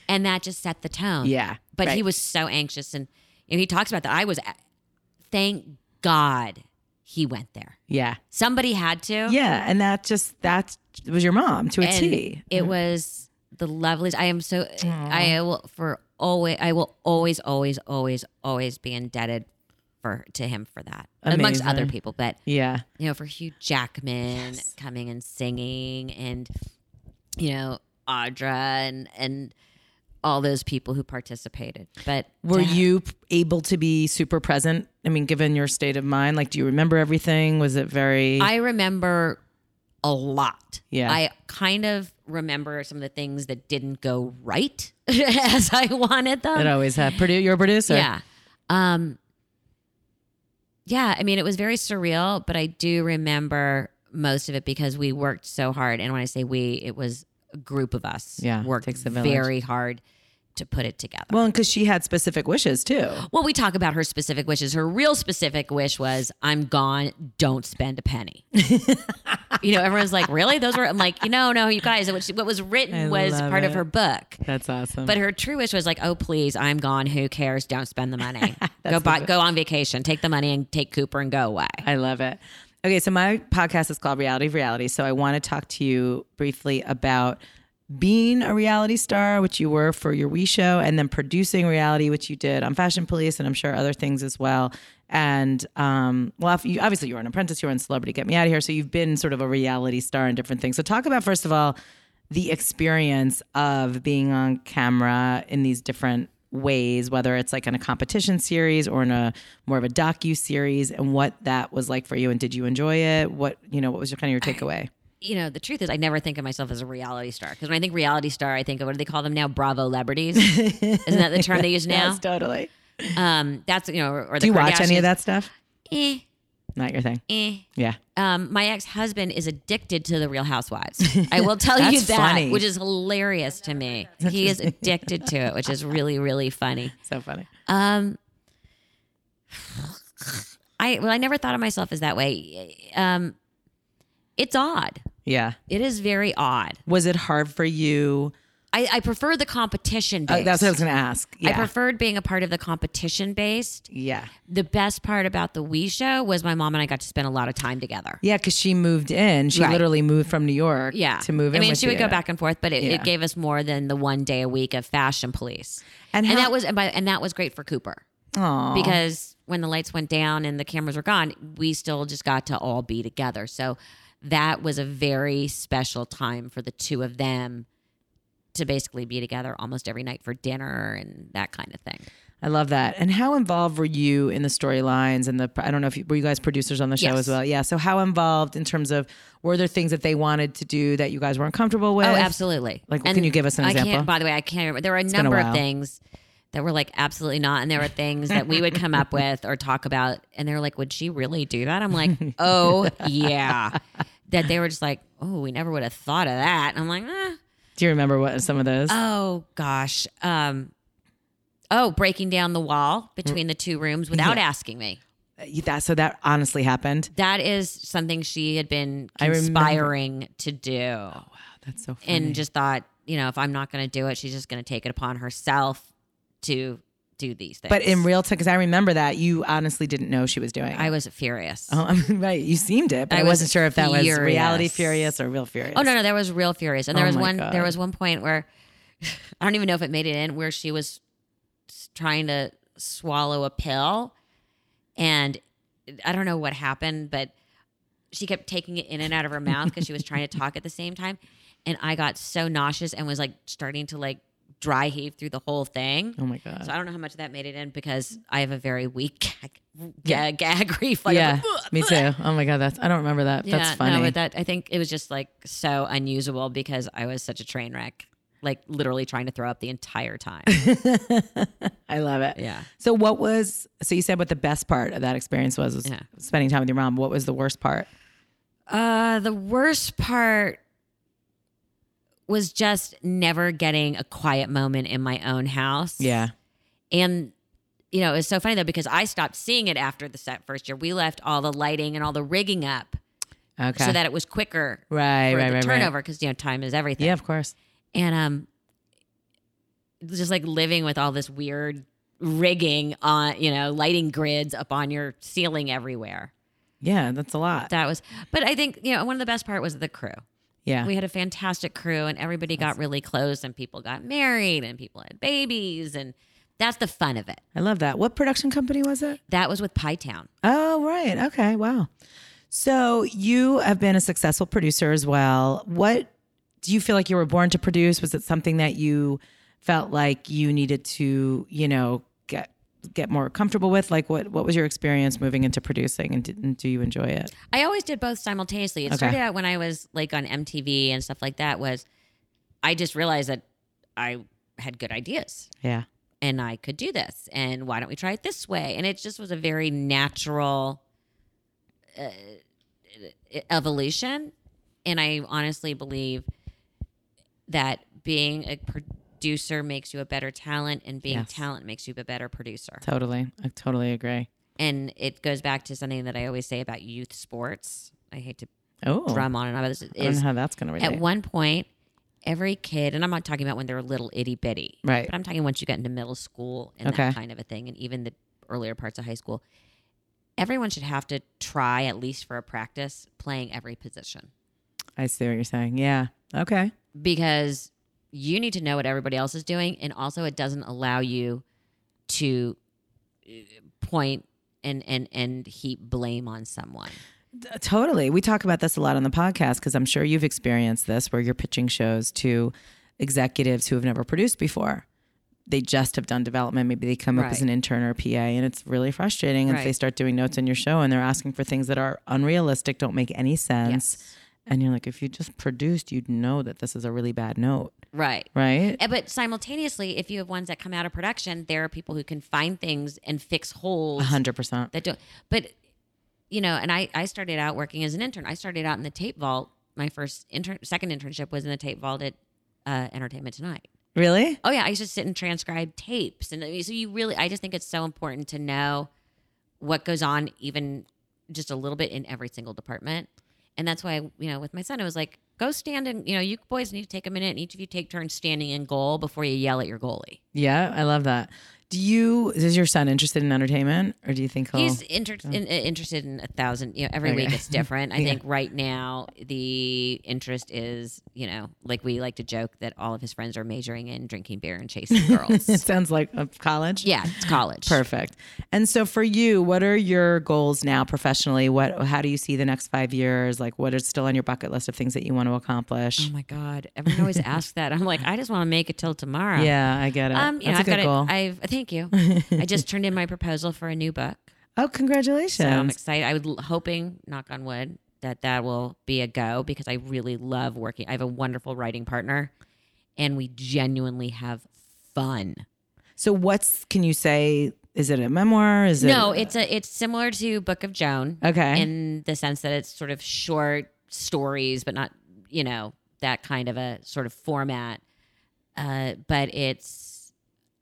S2: and that just set the tone.
S1: yeah.
S2: uh, But he
S1: right.
S2: was so anxious and you know, he talks about that. I was thank God he went there.
S1: Yeah.
S2: Somebody had to.
S1: Yeah. And that just, that was your mom to a
S2: And
S1: T.
S2: It was the loveliest. I am so I will for always I will always always always always be indebted for to him for that. Amongst other
S1: Amazing.
S2: people, but
S1: Yeah.
S2: you know, for Hugh Jackman coming and singing and, you know, Audra and, and all those people who participated. But
S1: Were
S2: to-
S1: you p- able to be super present? I mean, given your state of mind, like, do you remember everything? Was it very,
S2: I remember a lot.
S1: Yeah.
S2: I kind of remember some of the things that didn't go right as I wanted them.
S1: it always had, produ- your producer?
S2: um, Yeah. Um Yeah, I mean it was very surreal, but I do remember most of it because we worked so hard and when I say we, it was a group of us
S1: Yeah,
S2: worked
S1: takes a village.
S2: very hard to put it together. Well,
S1: Well, and because she had specific wishes too.
S2: we talk about her specific wishes. Her real specific wish was I'm gone, don't spend a penny. you know, everyone's like, "Really? Those were I'm like, "You know, no, you guys, what, she, what was written
S1: I
S2: was
S1: love
S2: part of
S1: it.
S2: her book."
S1: That's awesome.
S2: But her true wish was like, "Oh please, I'm gone. Who cares? Don't spend the money. go buy, go on vacation. Take the money and take Cooper and go away."
S1: I love it. Okay, so my podcast is called Reality of Reality. So I want to talk to you briefly about being a reality star, which you were for your We Show, and then producing reality, which you did on Fashion Police, and I'm sure other things as well. And um, well, if you, obviously you were an apprentice, you were in Celebrity Get Me Out of Here, so you've been sort of a reality star in different things. So talk about first of all the experience of being on camera in these different ways whether it's like in a competition series or in a more of a docu series and what that was like for you and did you enjoy it what you know what was your kind of your takeaway
S2: You know, the truth is, I never think of myself as a reality star because when I think reality star, I think of what do they call them now? Bravo celebrities. Isn't that the term they use now?
S1: totally
S2: Um, that's you know, or, or the
S1: do you watch any
S2: Kardashians.
S1: of that stuff
S2: Eh,
S1: not your thing
S2: eh.
S1: yeah
S2: Um, my ex husband is addicted to the Real Housewives. I will tell you
S1: That's
S2: that,
S1: funny.
S2: which is hilarious to me. He is addicted to it, which is really, really funny.
S1: so funny
S2: Um, I well, I never thought of myself as that way. Um, it's odd.
S1: yeah
S2: It is very odd.
S1: was it hard for you
S2: I, I prefer the competition
S1: Oh,
S2: based.
S1: that's what i was gonna ask yeah
S2: I preferred being a part of the competition based.
S1: yeah
S2: The best part about the We Show was my mom and I got to spend a lot of time together.
S1: yeah because she moved in she
S2: Right.
S1: literally moved from new york
S2: Yeah.
S1: to move
S2: I
S1: in
S2: mean,
S1: with
S2: she would
S1: you.
S2: go back and forth, but it,
S1: Yeah.
S2: it gave us more than the one day a week of fashion police.
S1: and, how,
S2: and that was and, by, and that was great for Cooper.
S1: Aw.
S2: because when the lights went down and the cameras were gone, we still just got to all be together. So that was a very special time for the two of them to basically be together almost every night for dinner and that kind of thing.
S1: I love that. And how involved were you in the storylines and the? I don't know if you, were you guys producers on the show
S2: Yes.
S1: as well. Yeah. So how involved in terms of were there things that they wanted to do that you guys weren't comfortable with?
S2: Oh, absolutely.
S1: Like, can you give us an
S2: I
S1: example?
S2: Can't, by the way, I can't remember. There were a
S1: been a
S2: number
S1: while.
S2: of things that were like absolutely not, and there were things that we would come up with or talk about, and they were like, "Would she really do that?" I'm like, "Oh yeah," that they were just like, "Oh, we never would have thought of that." And I'm like, eh.
S1: Do you remember what some of those?
S2: "Oh gosh." Um, oh, breaking down the wall between the two rooms without asking me.
S1: that so that honestly happened.
S2: That is something she had been
S1: I remember. Oh,
S2: conspiring to do.
S1: Wow, that's so funny.
S2: and just thought, you know, if I'm not going to do it, she's just going to take it upon herself to do these things.
S1: but in real time, because I remember that you honestly didn't know she was doing. it.
S2: I was furious.
S1: Oh, I mean, right. You seemed it, but I,
S2: I was
S1: wasn't sure if that was reality
S2: furious.
S1: furious or real furious.
S2: Oh no, no, there was real furious, and there
S1: Oh
S2: was
S1: my
S2: one. There
S1: God.
S2: was one point where I don't even know if it made it in, where she was s- trying to swallow a pill, and I don't know what happened, but she kept taking it in and out of her mouth because she was trying to talk at the same time, and I got so nauseous and was like starting to like dry heave through the whole thing.
S1: Oh my god.
S2: So I don't know how much of that made it in because I have a very weak gag, gag, gag reflex.
S1: yeah, me too. Oh my god, that's I don't remember that.
S2: Yeah,
S1: that's funny.
S2: No, but that I think it was just like so unusable because I was such a train wreck. like literally trying to throw up the entire time.
S1: I love it.
S2: Yeah.
S1: So what was so you said what the best part of that experience was was
S2: Yeah.
S1: spending time with your mom. What was the worst part?
S2: Uh, the worst part was just never getting a quiet moment in my own house. And, you know, it's so funny though, because I stopped seeing it after the set first year. We left all the lighting and all the rigging up
S1: Okay.
S2: so that it was quicker
S1: right,
S2: for
S1: right, right,
S2: the
S1: right.
S2: turnover because, you know, time is everything.
S1: Yeah, of course.
S2: And um, just like living with all this weird rigging on, you know, lighting grids up on your ceiling everywhere.
S1: Yeah, that's a lot.
S2: That was, but I think, you know, one of the best part was the crew.
S1: yeah.
S2: we had a fantastic crew and everybody got really close and people got married and people had babies and that's the fun of it
S1: I love that. What production company was it?
S2: that was with pie town
S1: Oh, right. Okay. Wow. So you have been a successful producer as well. What do you feel like you were born to produce? Was it something that you felt like you needed to, you know, get get more comfortable with? Like, what what was your experience moving into producing, and, did, and do you enjoy it?
S2: i always did both simultaneously it
S1: Okay.
S2: started out when i was like on mtv and stuff like that was i just realized that i had good ideas
S1: Yeah.
S2: and i could do this and why don't we try it this way and it just was a very natural uh, evolution and i honestly believe that being a producer makes you a better talent and being
S1: Yes.
S2: talent makes you a better producer.
S1: Totally. I totally agree.
S2: And it goes back to something that I always say about youth sports. I hate to
S1: Oh,
S2: drum on and on about this
S1: I don't know
S2: is
S1: how that's going to relate.
S2: at one point every kid and I'm not talking about when they're little itty bitty.
S1: right.
S2: But I'm talking once you get into middle school and
S1: Okay.
S2: that kind of a thing and even the earlier parts of high school. Everyone should have to try at least for a practice playing every position.
S1: I see what you're saying. Yeah. Okay.
S2: because you need to know what everybody else is doing and also it doesn't allow you to uh, point and and and heap blame on someone
S1: Totally. We talk about this a lot on the podcast because I'm sure you've experienced this where you're pitching shows to executives who have never produced before. They just have done development. Maybe they come up as
S2: Right.
S1: an intern or a PA, and it's really frustrating. And if
S2: Right.
S1: they start doing notes on your show and they're asking for things that are unrealistic, don't make any sense. And you're like, if you just produced, you'd know that this is a really bad note,
S2: right
S1: right?
S2: Eh, but simultaneously if you have ones that come out of production there are people who can find things and fix holes
S1: 100%.
S2: that don't but you know and i i started out working as an intern i started out in the tape vault my first intern second internship was in the tape vault at uh, entertainment tonight
S1: Really?
S2: Oh yeah, I used to sit and transcribe tapes, and I mean, so you really, I just think it's so important to know what goes on, even just a little bit in every single department, and that's why you know with my son, it was like go stand and you know you boys need to take a minute, and each of you take turns standing in goal before you yell at your goalie.
S1: Yeah, I love that. Do you, is your son interested in entertainment or do you think he'll?
S2: He's inter- in, uh, interested in a thousand. You know, every
S1: Okay.
S2: week it's different. I
S1: Yeah.
S2: think right now the interest is you know like we like to joke that all of his friends are majoring in drinking beer and chasing
S1: it
S2: girls.
S1: sounds like a college.
S2: yeah, it's college.
S1: Perfect. And so for you, what are your goals now professionally? What how do you see the next 5 years? Like what is still on your bucket list of things that you want to accomplish?
S2: Oh my God. Everyone always asks that. I'm like, I just want to make it till tomorrow.
S1: yeah, I get it.
S2: Mm-hmm. Um, you know,
S1: That's
S2: I've
S1: a
S2: got
S1: good
S2: it.
S1: goal.
S2: I've thank you. I just turned in my proposal for a new book.
S1: oh,
S2: So I'm
S1: congratulations.
S2: excited. I was l- hoping, knock on wood, that that will be a go because I really love working. I have a wonderful writing partner and we genuinely have fun.
S1: so what's can you say is it a memoir? Is it
S2: No, it's a it's similar to Book of Joan
S1: Okay.
S2: in the sense that it's sort of short stories, but not you know that kind of a sort of format. Uh, but it's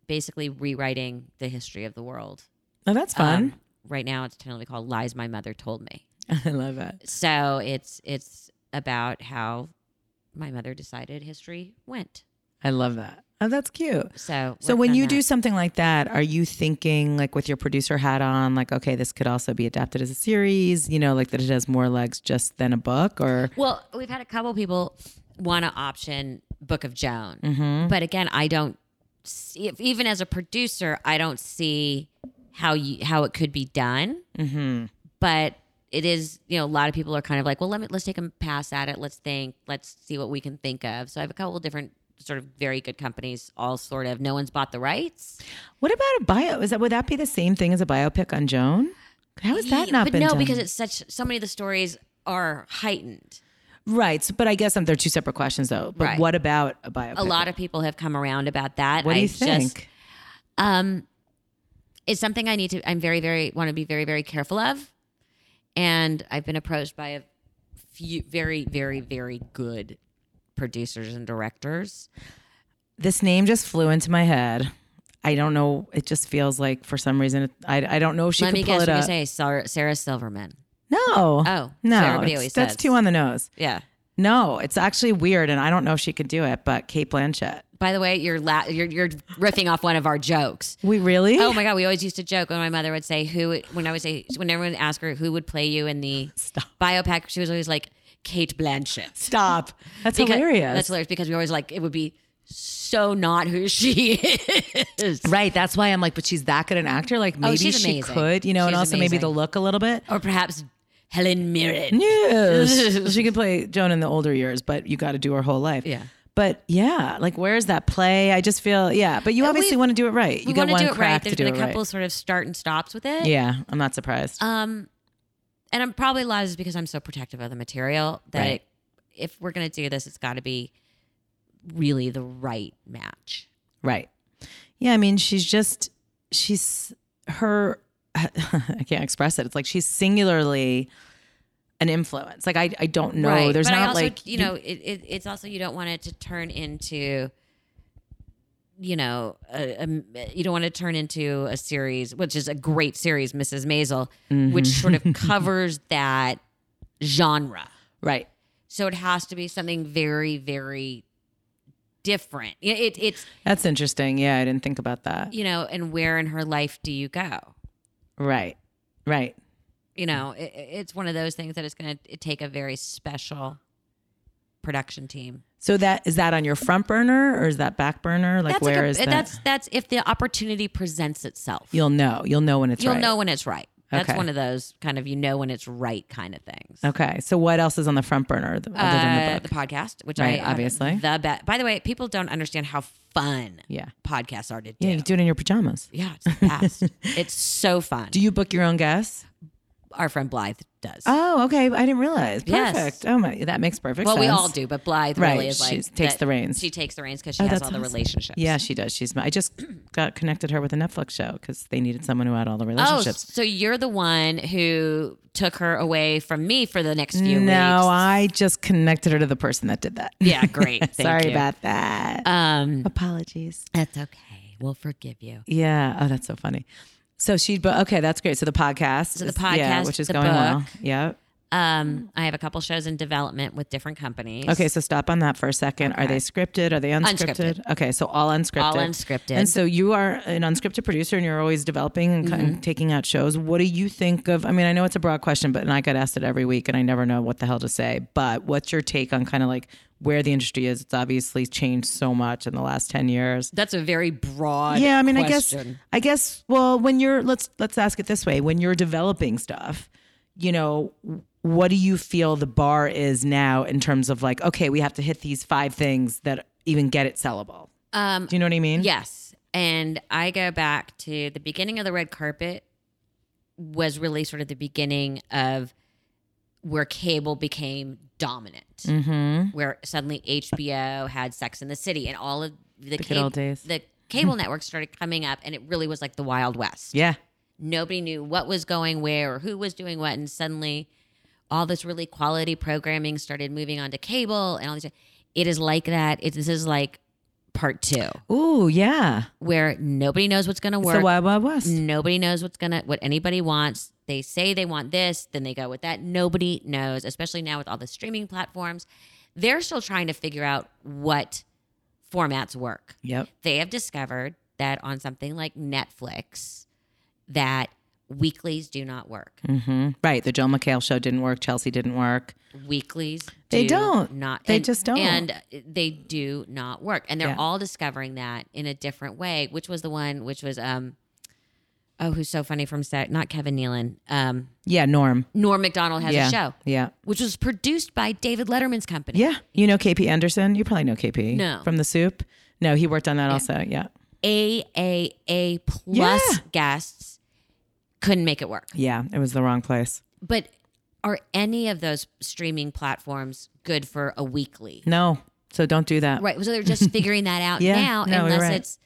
S2: basically rewriting the history of the world.
S1: oh, that's fun.
S2: Um, right now, it's technically called "Lies My Mother Told Me."
S1: I love it.
S2: So it's it's about how my mother decided history went.
S1: I love that. Oh, that's cute.
S2: So
S1: So
S2: working
S1: when
S2: on
S1: you
S2: that.
S1: do something like that, are you thinking like with your producer hat on, like okay, this could also be adapted as a series, you know, like that it has more legs just than a book or
S2: Well, we've had a couple people want to option Book of Joan,
S1: Mhm.
S2: but again, I don't. See, if, even as a producer, I don't see how you how it could be done.
S1: Mhm.
S2: But it is, you know, a lot of people are kind of like, well, let me let's take a pass at it. Let's think. Let's see what we can think of. So I have a couple different sort of very good companies, all sort of. No one's bought the rights.
S1: What about a bio? Is that would that be the same thing as a biopic on Joan? How has that
S2: Ye-
S1: not
S2: but
S1: been
S2: no,
S1: done?
S2: because it's such. So many of the stories are heightened.
S1: Right. So, but I guess um, they're two separate questions, though. But
S2: Right.
S1: what about a biopic?
S2: A lot of people have come around about that.
S1: What do you
S2: I just-
S1: think?
S2: um, it's something I need to. I'm very, very want to be very, very careful of, and I've been approached by a few very, very, very good producers and directors.
S1: this name just flew into my head. I don't know. It just feels like for some reason it, I I don't know if she
S2: Let
S1: can
S2: me
S1: pull
S2: guess.
S1: it
S2: What you
S1: up.
S2: say, Sarah, Sarah Silverman.
S1: No.
S2: Oh,
S1: no.
S2: so everybody
S1: it's-
S2: always
S1: that's
S2: says.
S1: too on the nose.
S2: Yeah.
S1: No, it's actually weird, and I don't know if she could do it. But Kate Blanchett.
S2: By the way, you're la- you're you're riffing off one of our jokes.
S1: We really?
S2: Oh my god, we always used to joke when my mother would say who when I would say when everyone would ask her who would play you in the
S1: Stop.
S2: biopic, she was always like Kate Blanchett.
S1: Stop. That's
S2: Because-
S1: hilarious.
S2: That's hilarious because we always like it would be so not who she is.
S1: Right, that's why I'm like, but she's that good an actor. Like maybe
S2: she's
S1: she
S2: amazing.
S1: could, you know, and
S2: She's
S1: also maybe
S2: amazing.
S1: the look a little bit.
S2: Or perhaps Helen Mirren.
S1: Yes. she could play Joan in the older years, but you got to do her whole life.
S2: Yeah.
S1: But yeah, like where's that play? I just feel yeah. But you obviously
S2: we-
S1: want to do it right. You
S2: We
S1: got
S2: want to
S1: one
S2: do it right.
S1: crack
S2: There's
S1: to do
S2: been a
S1: it right.
S2: couple sort of start and stops with it.
S1: Yeah, I'm not surprised.
S2: Um, and I'm probably a lot is because I'm so protective of the material that
S1: Right.
S2: it- if we're gonna do this, it's got to be really the right match.
S1: right. Yeah, I mean, she's just she's her. I can't express it. It's like she's singularly an influence. Like I, I don't know.
S2: right.
S1: There's
S2: but I
S1: not
S2: also,
S1: like
S2: you know, it, it, it's also you don't want it to turn into, you know, a, a- you don't want to turn into a series, which is a great series, Mrs. Maisel,
S1: mm-hmm.
S2: which sort of covers that genre.
S1: right.
S2: So it has to be something very, very different. It, it, it's
S1: That's interesting. Yeah, I didn't think about that.
S2: you know, and where in her life do you go?
S1: Right. Right.
S2: You know, it, it's one of those things that it's going to take a very special production team.
S1: So that is that on your front burner or is that back burner? Like
S2: like
S1: where
S2: a-
S1: is that?
S2: That's that's if the opportunity presents itself. You'll,
S1: You'll know. You'll know when it's right.
S2: know when it's right. That's
S1: Okay.
S2: one of those kind of you know when it's right kind of things.
S1: Okay. So what else is on the front burner th- other than
S2: Uh,
S1: the
S2: the
S1: book?
S2: podcast, which
S1: Right,
S2: I have
S1: obviously.
S2: the best. By the way, people don't understand how fun
S1: Yeah.
S2: podcasts are to do.
S1: Yeah, you do it in your pajamas.
S2: Yeah, it's the best. it's so fun.
S1: Do you book your own guests?
S2: Our friend Blythe does.
S1: Oh, okay. I didn't realize.
S2: Yes.
S1: Perfect. Oh my, that makes perfect
S2: well,
S1: sense.
S2: we all do, but Blythe
S1: Right,
S2: really is like
S1: she takes
S2: that-
S1: the reins. Oh,
S2: She takes the reins because she has
S1: that's
S2: all the
S1: awesome.
S2: relationships.
S1: Yeah, she does. She's. my- I just got connected her with a Netflix show because they needed someone who had all the
S2: Oh,
S1: relationships.
S2: so you're the one who took her away from me for the next few weeks.
S1: no, I just connected her to the person that did that.
S2: Yeah, great. Thank
S1: Sorry
S2: you.
S1: about that.
S2: Um,
S1: Apologies.
S2: that's okay. We'll forgive you.
S1: Yeah. Oh, that's so funny. So she, but okay, that's great. So the podcast,
S2: the
S1: is- yeah,
S2: podcast,
S1: which is
S2: the
S1: going well.
S2: book.
S1: Yeah.
S2: Um, I have a couple shows in development with different companies.
S1: Okay, so stop on that for a second. Are they scripted? Are they unscripted? Okay, so all unscripted.
S2: All unscripted.
S1: And so you are an unscripted producer, and you're always developing and kind
S2: Mm-hmm.
S1: of taking out shows. What do you think of? I mean, I know it's a broad question, but and I get asked it every week, and I never know what the hell to say. But what's your take on kind of like where the industry is? It's obviously changed so much in the last ten years.
S2: That's a very broad.
S1: yeah i mean i guess
S2: question.
S1: i guess well when you're let's let's ask it this way when you're developing stuff you know what do you feel the bar is now in terms of like okay we have to hit these five things that even get it sellable
S2: Um,
S1: do you know what i mean
S2: yes, and I go back to the beginning of the red carpet was really sort of the beginning of where cable became dominant,
S1: mm-hmm
S2: where suddenly HBO had Sex in the City, and all of the,
S1: good old days.
S2: the cable networks started coming up, and it really was like the Wild West.
S1: yeah
S2: nobody knew what was going where or who was doing what and suddenly all this really quality programming started moving onto cable and all these it is like that it, this is like part two
S1: ooh yeah
S2: where nobody knows what's going to
S1: it's the
S2: work Mm.
S1: wild wild west
S2: nobody knows what's going to what anybody wants they say they want this then they go with that nobody knows especially now with all the streaming platforms they're still trying to figure out what formats work
S1: yep
S2: they have discovered that on something like Netflix that weeklies do not work.
S1: mm-hmm right the joe McHale show didn't work chelsea didn't work
S2: Weeklies
S1: Hmm. They
S2: do
S1: don't.
S2: not
S1: They
S2: and-
S1: just don't.
S2: And they do not work. And they're
S1: Yeah.
S2: all discovering that in a different way, which was the one which was um oh who's so funny from set not Kevin Nealon. Um
S1: yeah norm
S2: Norm McDonald has
S1: yeah
S2: a show
S1: yeah
S2: which was produced by David Letterman's company.
S1: yeah you know kp anderson you probably know kp
S2: No.
S1: from the soup no he worked on that also yeah
S2: AAA plus
S1: Yeah.
S2: guests couldn't make it work.
S1: yeah it was the wrong place
S2: but are any of those streaming platforms good for a weekly?
S1: No. So don't do that.
S2: Right. So they're just figuring that out
S1: Yeah,
S2: now,
S1: no, you're
S2: unless
S1: right.
S2: it's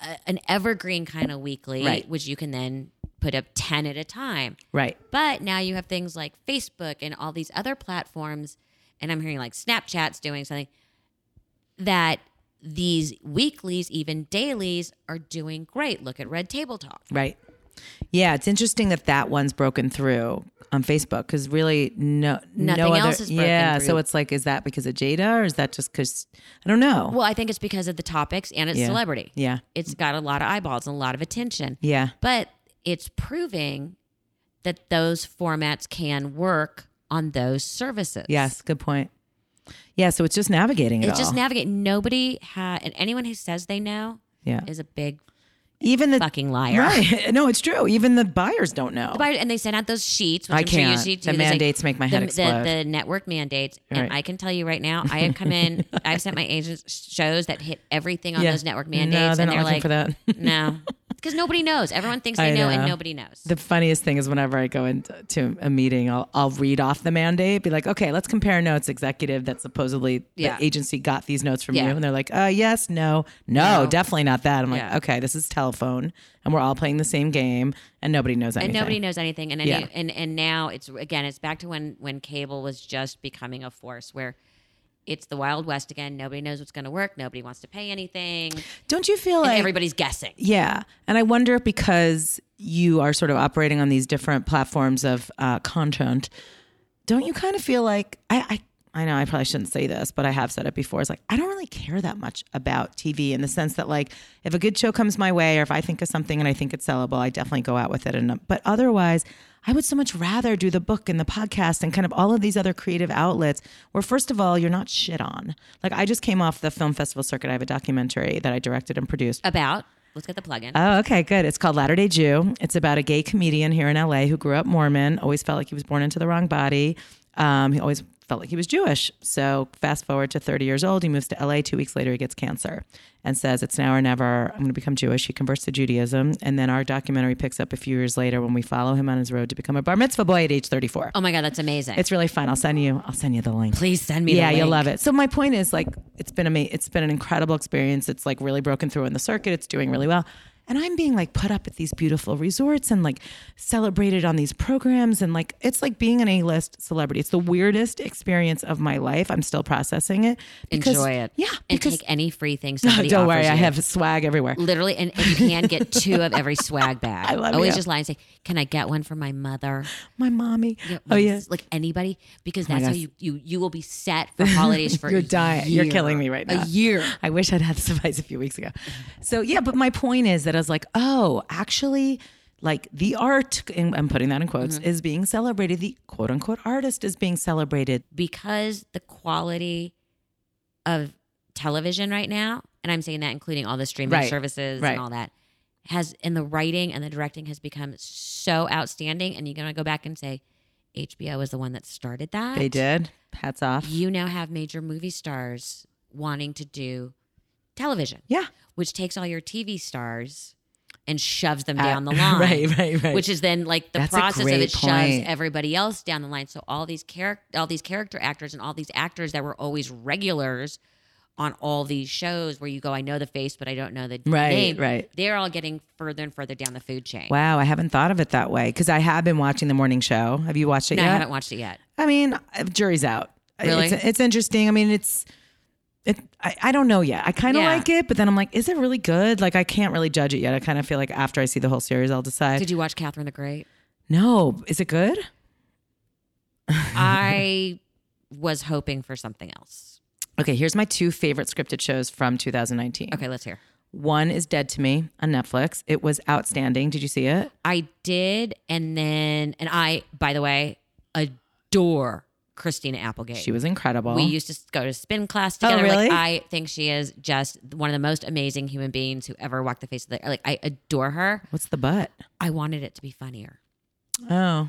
S2: a, an evergreen kind of weekly,
S1: Right.
S2: which you can then put up 10 at a time.
S1: Right.
S2: But now you have things like Facebook and all these other platforms, and I'm hearing like Snapchat's doing something that these weeklies, even dailies, are doing great. Look at Red Table Talk.
S1: Right. Yeah, it's interesting that that one's broken through on Facebook because really no
S2: Nothing
S1: no other,
S2: else is broken
S1: yeah. So
S2: through.
S1: it's like, is that because of Jada or is that just because I don't know?
S2: Well, I think it's because of the topics and it's
S1: Yeah.
S2: celebrity.
S1: yeah,
S2: It's got a lot of eyeballs and a lot of attention.
S1: yeah,
S2: But it's proving that those formats can work on those services.
S1: yes. Good point. Yeah, so it's just navigating it
S2: It's just
S1: all.
S2: navigate. Nobody had, and anyone who says they know
S1: yeah,
S2: is a big
S1: even the
S2: fucking liar.
S1: right. No, it's true. Even the buyers don't know.
S2: The buyer- and they sent out those sheets. Which
S1: I
S2: I'm sure you
S1: can't. The
S2: see, too. There's, like,
S1: mandates make my head
S2: the,
S1: explode.
S2: The, the network mandates,
S1: Right.
S2: and I can tell you right now, I have come in. I've sent my agents shows that hit everything on
S1: Yeah.
S2: those network
S1: No,
S2: mandates,
S1: they're
S2: and
S1: not
S2: they're
S1: looking
S2: like,
S1: for that.
S2: no, because nobody knows. Everyone thinks
S1: I
S2: they know,
S1: know.
S2: and nobody knows.
S1: The funniest thing is whenever I go into to a meeting, I'll I'll read off the mandate, be like, okay, let's compare notes. Executive that supposedly
S2: Yeah.
S1: the agency got these notes from
S2: Yeah.
S1: you, and they're like, uh, yes, no, no,
S2: No.
S1: definitely not that. I'm like,
S2: Yeah.
S1: okay, this is telephone, and we're all playing the same game, and nobody knows anything.
S2: and nobody knows anything, and any,
S1: Yeah.
S2: and and now it's again, it's back to when when cable was just becoming a force where. It's the Wild West again. Nobody knows what's going to work. Nobody wants to pay anything.
S1: Don't you feel
S2: and
S1: like
S2: everybody's guessing.
S1: Yeah. And I wonder if because you are sort of operating on these different platforms of uh, content, don't you kind of feel like I, I I know I probably shouldn't say this, but I have said it before. It's like I don't really care that much about TV in the sense that like if a good show comes my way or if I think of something and I think it's sellable, I definitely go out with it. And but otherwise, I would so much rather do the book and the podcast and kind of all of these other creative outlets where first of all, you're not shit on. Like I just came off the film festival circuit. I have a documentary that I directed and produced.
S2: About, let's get the plug in.
S1: Oh, okay, good. It's called Latter day Jew. It's about a gay comedian here in LA who grew up Mormon, always felt like he was born into the wrong body. Um, he always felt like he was Jewish. So, fast forward to 30 years old, he moves to LA. Two weeks later, he gets cancer and says, It's now or never. I'm going to become Jewish. He converts to Judaism. And then our documentary picks up a few years later when we follow him on his road to become a bar mitzvah boy at age 34.
S2: oh my God, that's amazing.
S1: It's really fun. I'll send you. I'll send you the link
S2: Please send me.
S1: yeah
S2: the
S1: you'll love
S2: link.
S1: it so my point is like it's been amazing it's been an incredible experience it's like really broken through in the circuit it's doing really well and i'm being like put up at these beautiful resorts and like celebrated on these programs and like it's like being an a-list celebrity it's the weirdest experience of my life i'm still processing it because-
S2: enjoy it.
S1: yeah
S2: and
S1: because
S2: take any free thing somebody
S1: don't worry
S2: offers
S1: i
S2: you.
S1: have swag everywhere
S2: literally, and, and you can get two of every swag bag. I
S1: love
S2: Always
S1: you.
S2: just lie and say, "Can I get one for my mother?"
S1: my mommy oh
S2: Like,
S1: yeah Oh
S2: like anybody, because that's how
S1: gosh.
S2: you you you will be set for holidays for.
S1: You're
S2: a
S1: dying. You're
S2: year.
S1: killing me right now.
S2: A year.
S1: I wish I'd had this advice a few weeks ago. So yeah, but my point is that I was like, oh, actually, like the art, and I'm putting that in quotes,
S2: Mm-hmm.
S1: is being celebrated. The quote unquote artist is being celebrated.
S2: because the quality of television right now, and I'm saying that including all the streaming
S1: Right.
S2: services
S1: Right.
S2: and all that, has and the writing and the directing has become so outstanding. And you're gonna go back and say, HBO was the one that started that.
S1: They did. Hats off.
S2: You now have major movie stars wanting to do television,
S1: Yeah.
S2: which takes all your TV stars and shoves them
S1: Uh,
S2: down the line
S1: Right, right, right.
S2: which is then like the
S1: That's a
S2: process of
S1: great
S2: it shoves
S1: point.
S2: everybody else down the line. So all these character, all these character actors, and all these actors that were always regulars on all these shows, where you go, I know the face, but I don't know the
S1: Right,
S2: name.
S1: right.
S2: They're all getting further and further down the food chain.
S1: Wow, I haven't thought of it that way because I have been watching the morning show. Have you watched it
S2: No, I
S1: yet?
S2: haven't watched it yet.
S1: I mean, uh, jury's out.
S2: Really?
S1: It's, it's interesting. I mean, it's it. I, I don't know yet. I kind of
S2: Yeah.
S1: like it, but then I'm like, is it really good? Like, I can't really judge it yet. I kind of feel like after I see the whole series, I'll decide.
S2: Did you watch Catherine the Great?
S1: no, is it good?
S2: I was hoping for something else.
S1: Okay, here's my two favorite scripted shows from 2019.
S2: Okay, let's hear.
S1: One is Dead to Me on Netflix. It was outstanding. Did you see it?
S2: I did, and then, and I, by the way, adore Christina Applegate.
S1: She was incredible.
S2: We used to go to spin class together.
S1: Oh, really?
S2: Like I think she is just one of the most amazing human beings who ever walked the face of the like I adore her.
S1: What's the butt?
S2: I wanted it to be funnier.
S1: Oh,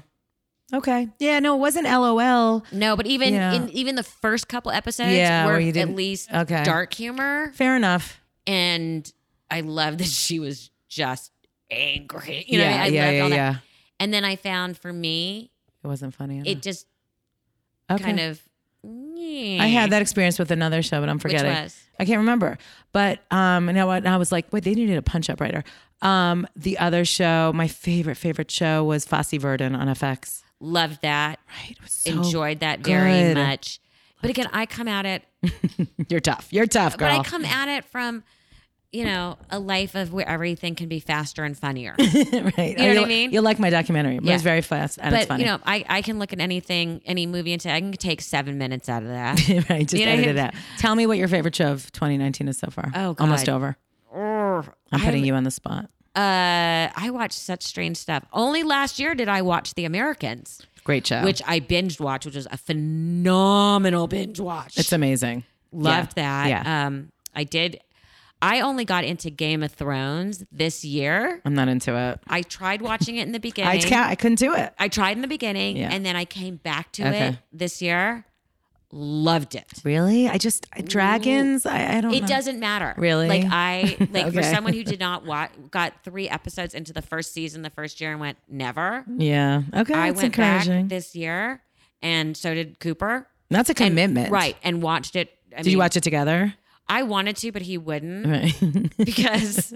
S1: okay. Yeah, no, it wasn't LOL.
S2: No, but even
S1: Yeah.
S2: in even the first couple episodes
S1: Yeah,
S2: were
S1: where you
S2: at
S1: didn't-
S2: least
S1: okay.
S2: dark humor
S1: Fair enough.
S2: and I love that she was just angry. You know,
S1: yeah,
S2: what I, mean? I
S1: yeah,
S2: loved
S1: yeah,
S2: all that.
S1: yeah.
S2: And then I found for me
S1: It wasn't funny. enough.
S2: It just
S1: Mm. Okay.
S2: kind of.
S1: I had that experience with another show, but I'm
S2: Which
S1: forgetting.
S2: was?
S1: I can't remember. But um, you know what? And I was like, wait, they needed a punch up writer. Um, the other show, my favorite favorite show was Fosse Verdon on FX.
S2: Loved that.
S1: Right, it was so
S2: Enjoyed that very
S1: good.
S2: much. But again, I come at it
S1: You're tough. You're tough, girl.
S2: But I come at it from, you know, a life of where everything can be faster and funnier.
S1: right.
S2: know what I
S1: You'll-
S2: mean?
S1: You'll like my documentary. It
S2: Yeah.
S1: was very fast and it's
S2: but
S1: funny.
S2: you know, I, I can look at anything, any movie, and say I can take seven minutes out of that.
S1: right, just
S2: you know,
S1: edit
S2: here-
S1: it out. Tell me what your favorite show of 2019 is so far.
S2: Oh,
S1: almost
S2: God.
S1: over.
S2: Urgh.
S1: I'm putting you on the spot.
S2: I, uh, I watch such strange stuff. Only last year did I watch The Americans,
S1: Great show.
S2: which I binge watched, which was a phenomenal binge watch.
S1: it's amazing.
S2: Loved that.
S1: Yeah.
S2: Um, I did. I only got into Game of Thrones this year.
S1: I'm not into it.
S2: I tried watching it in the beginning.
S1: I can't. I couldn't do it.
S2: I tried in the beginning
S1: Yeah.
S2: and then I came back to
S1: Okay.
S2: it this year. Loved it.
S1: Really? I just dragons. I, I don't.
S2: It
S1: know.
S2: doesn't matter.
S1: Really?
S2: Like I like for
S1: Okay.
S2: someone who did not watch got 3 episodes into the first season the first year and went never.
S1: Yeah. Okay.
S2: I
S1: it's
S2: went
S1: encouraging.
S2: back this year and so did Cooper.
S1: That's a
S2: And-
S1: commitment,
S2: right, and watched it. I
S1: Did you watch it together?
S2: I wanted to but he wouldn't
S1: Right. you
S2: because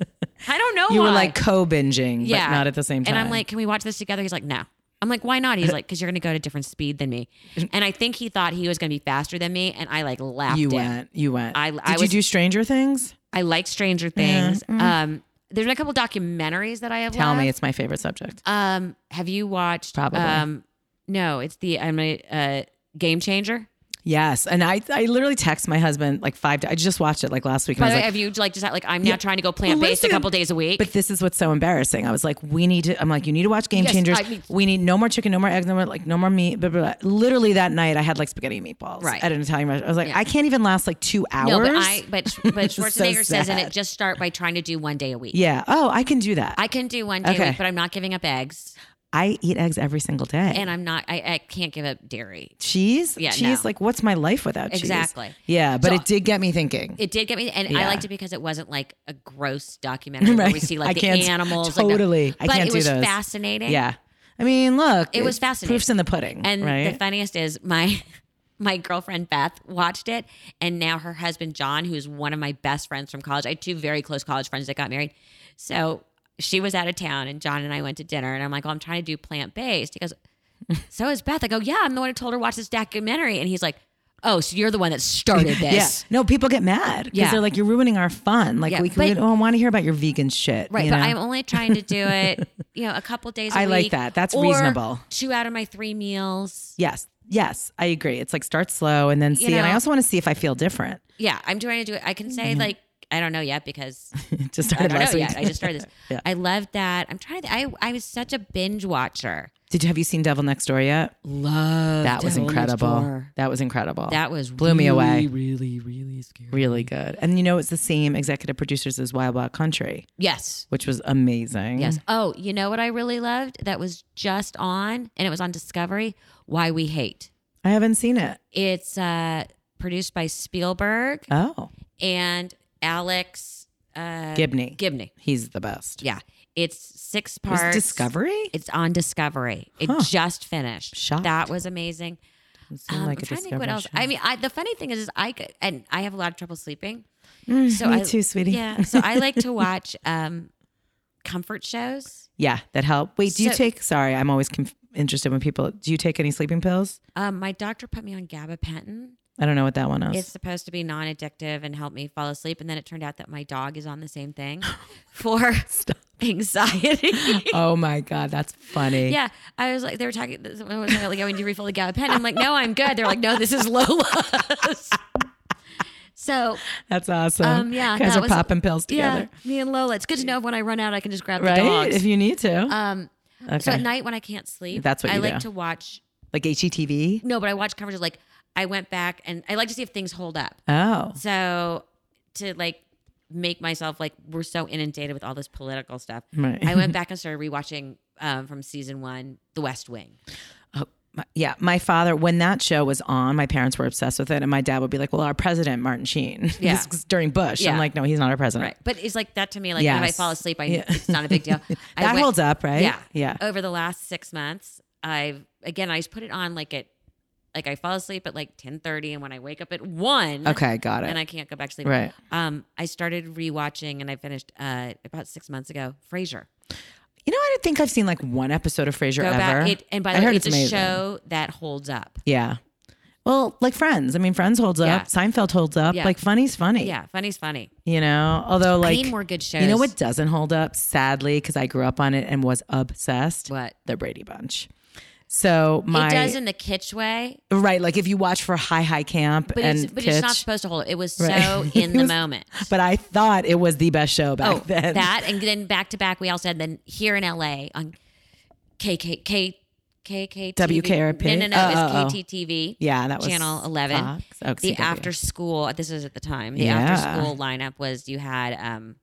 S2: I don't know
S1: were
S2: why.
S1: like co-binging,
S2: Yeah.
S1: but not at the same time.
S2: And I'm like, can we watch this together? He's like, no. I'm like, why not? He's like, because you're going to go at a different speed than me. And I think he thought he was going to be faster than me. And I like laughed.
S1: you
S2: at-
S1: went, you went.
S2: I-
S1: Did
S2: I
S1: you
S2: was-
S1: do Stranger Things?
S2: I like Stranger Things. Um, there's been a couple documentaries that I have.
S1: Mm-hmm. Tell me,
S2: loved.
S1: it's my favorite subject.
S2: Um, have you watched?
S1: Probably.
S2: Um, no, it's the I'm a uh, Game Changer.
S1: Yes, and I, I literally text my husband like five. I just watched it like last week. And
S2: By
S1: I
S2: the
S1: was
S2: way,
S1: like,
S2: have you like just like I'm now trying to go plant based a
S1: listen,
S2: couple days a week.
S1: but this is what's so embarrassing. I was like, we need to. I'm like, you need to watch Game
S2: Yes,
S1: Changers.
S2: I mean-
S1: we need no more chicken, no more eggs, no more like no more meat. Blah, blah, blah. Literally that night, I had like spaghetti and meatballs
S2: Right.
S1: at an Italian restaurant. I was like,
S2: Yeah.
S1: I can't even last like two hours.
S2: no, but I but but
S1: So
S2: Schwarzenegger says in
S1: sad.
S2: it just start by trying to do one day a week.
S1: yeah. Oh, I can do that.
S2: I can do one day a
S1: Okay.
S2: week, but I'm not giving up eggs.
S1: I eat eggs every single day.
S2: and I'm not. I, I can't give up dairy.
S1: cheese,
S2: Yeah,
S1: cheese.
S2: no.
S1: Like, what's my life without cheese?
S2: Exactly.
S1: Yeah, but
S2: So-
S1: it did get me thinking.
S2: It did get me, and
S1: Yeah.
S2: I liked it because it wasn't like a gross documentary where we see like
S1: I
S2: the
S1: can't-
S2: animals. Like the,
S1: Totally. I
S2: but
S1: can't
S2: it
S1: do
S2: was
S1: those.
S2: fascinating.
S1: Yeah. I mean, look,
S2: It was
S1: it's
S2: fascinating.
S1: Proofs in the pudding,
S2: And
S1: right?
S2: the funniest is my my girlfriend Beth watched it, and now her husband John, who's one of my best friends from college, I had two very close college friends that got married. So she was out of town, and John and I went to dinner, and I'm like, "Oh, I'm trying to do plant based." He goes, "So is Beth?" I go, "Yeah, I'm the one who told her to watch this documentary," and he's like, "Oh, so you're the one that started this?"
S1: Yeah. No, people get mad because
S2: Yeah.
S1: they're like, "You're ruining our fun." Like,
S2: Yeah,
S1: we,
S2: but-
S1: we don't want to hear about your vegan shit.
S2: Right,
S1: you
S2: but
S1: know?
S2: I'm only trying to do it, you know, a couple days. I
S1: I like that. That's
S2: or
S1: reasonable.
S2: Two out of my three meals.
S1: yes, yes, I agree. It's like start slow and then see. and I
S2: know-
S1: also want to see if I feel different.
S2: Yeah, I'm trying to do it. I can say like I don't know yet because
S1: Just started
S2: I don't know
S1: Mm-hmm. last week.
S2: yet. I just started this.
S1: Yeah.
S2: I loved that. I'm trying to. I I was such a binge watcher.
S1: Did you have you seen Devil Next Door yet?
S2: Love
S1: That was incredible. That was incredible.
S2: That was
S1: blew me away.
S2: Really, really scary.
S1: Really good. And you know, it's the same executive producers as Wild Wild Country,
S2: Yes.
S1: which was amazing.
S2: Yes. Oh, you know what I really loved? That was just on, and it was on Discovery. Why we hate.
S1: I haven't seen it.
S2: It's uh, produced by Spielberg.
S1: Oh,
S2: and Alex uh,
S1: Gibney.
S2: Gibney. Um,
S1: He's the best.
S2: Yeah, it's six
S1: It was
S2: parts.
S1: Discovery?
S2: It's on Discovery. It
S1: Huh.
S2: just finished.
S1: Shocked.
S2: That was amazing.
S1: It seemed
S2: Um,
S1: like
S2: I'm
S1: a
S2: trying to think what
S1: Discovery
S2: else.
S1: show.
S2: I mean, I, the funny thing is, is I could, and I have a lot of trouble sleeping.
S1: Mm,
S2: So
S1: me
S2: I,
S1: too, sweetie.
S2: Yeah. So I like to watch um, comfort shows.
S1: Yeah, that help. Wait, do you
S2: So-
S1: take? Sorry, I'm always conf- interested when people. Do you take any sleeping pills?
S2: Um, my doctor put me on gabapentin.
S1: I don't know what that one is.
S2: It's supposed to be non-addictive and help me fall asleep. And then it turned out that my dog is on the same thing for anxiety.
S1: oh my god, that's funny.
S2: Yeah, I was like, they were talking. Someone was like, "Oh, "I need to refill the gabapentin." I'm like, "No, I'm good." They're like, "No, this is Lola's." so
S1: that's awesome.
S2: Um, yeah,
S1: guys
S2: that
S1: are
S2: was-
S1: popping pills
S2: yeah,
S1: together,
S2: me and Lola. It's good to know when I run out, I can just grab
S1: right?
S2: the dogs.
S1: If you need to,
S2: um,
S1: okay.
S2: so at night when I can't sleep,
S1: That's what
S2: I
S1: you
S2: like
S1: do.
S2: to watch.
S1: like HETV.
S2: No, but I watch coverages like I went back and I like to see if things hold up.
S1: Oh,
S2: So to like make myself like we're so inundated with all this political stuff,
S1: right.
S2: I went back and started rewatching um, from season one, The West Wing.
S1: My- yeah, my father, when that show was on, my parents were obsessed with it. And my dad would be like, Well, our president, Martin Sheen,
S2: Yeah.
S1: this is during Bush. I'm
S2: Yeah.
S1: like, No, he's not our president.
S2: Right. But it's like that to me, like if I
S1: Yes.
S2: fall asleep, I
S1: Yeah.
S2: it's not a big deal. I
S1: That
S2: went-
S1: holds up, right?
S2: Yeah.
S1: Yeah.
S2: Over the last six months, I've again, I just put it on like at like I fall asleep at like ten thirty, and when I wake up at one,
S1: Okay, got it.
S2: and I can't go back to sleep.
S1: right.
S2: Um, I started rewatching, and I finished uh about six months ago. Frasier.
S1: You know, I don't think I've seen like one episode of Frasier
S2: Go
S1: ever.
S2: back. It, and by
S1: I
S2: the
S1: heard
S2: way, it's,
S1: it's
S2: a
S1: amazing.
S2: show that holds up.
S1: yeah. Well, like Friends. I mean, Friends holds
S2: Yeah.
S1: up. Seinfeld holds up.
S2: Yeah.
S1: Like funny's funny.
S2: Yeah, funny's funny.
S1: You know, although
S2: I
S1: like
S2: need more good shows.
S1: you know what doesn't hold up, sadly, because I grew up on it and was obsessed.
S2: What
S1: The Brady Bunch. So my
S2: it does in the kitsch way,
S1: right, like if you watch for High High Camp
S2: but
S1: and
S2: it's but it's not
S1: Kitsch,
S2: supposed to hold. up. It was so
S1: Right.
S2: in
S1: It
S2: the
S1: was-
S2: moment.
S1: but I thought it was the best show back
S2: Oh,
S1: then.
S2: that and then back to back. We all said then here in LA on KKK. KKTV.
S1: WKRP?
S2: No, no, no.
S1: Oh, oh, oh.
S2: It was KTTV.
S1: yeah, that was
S2: Channel 11.
S1: Fox. Oh,
S2: The
S1: CW.
S2: after school, this is at the time, the
S1: Yeah.
S2: after school lineup was you had um,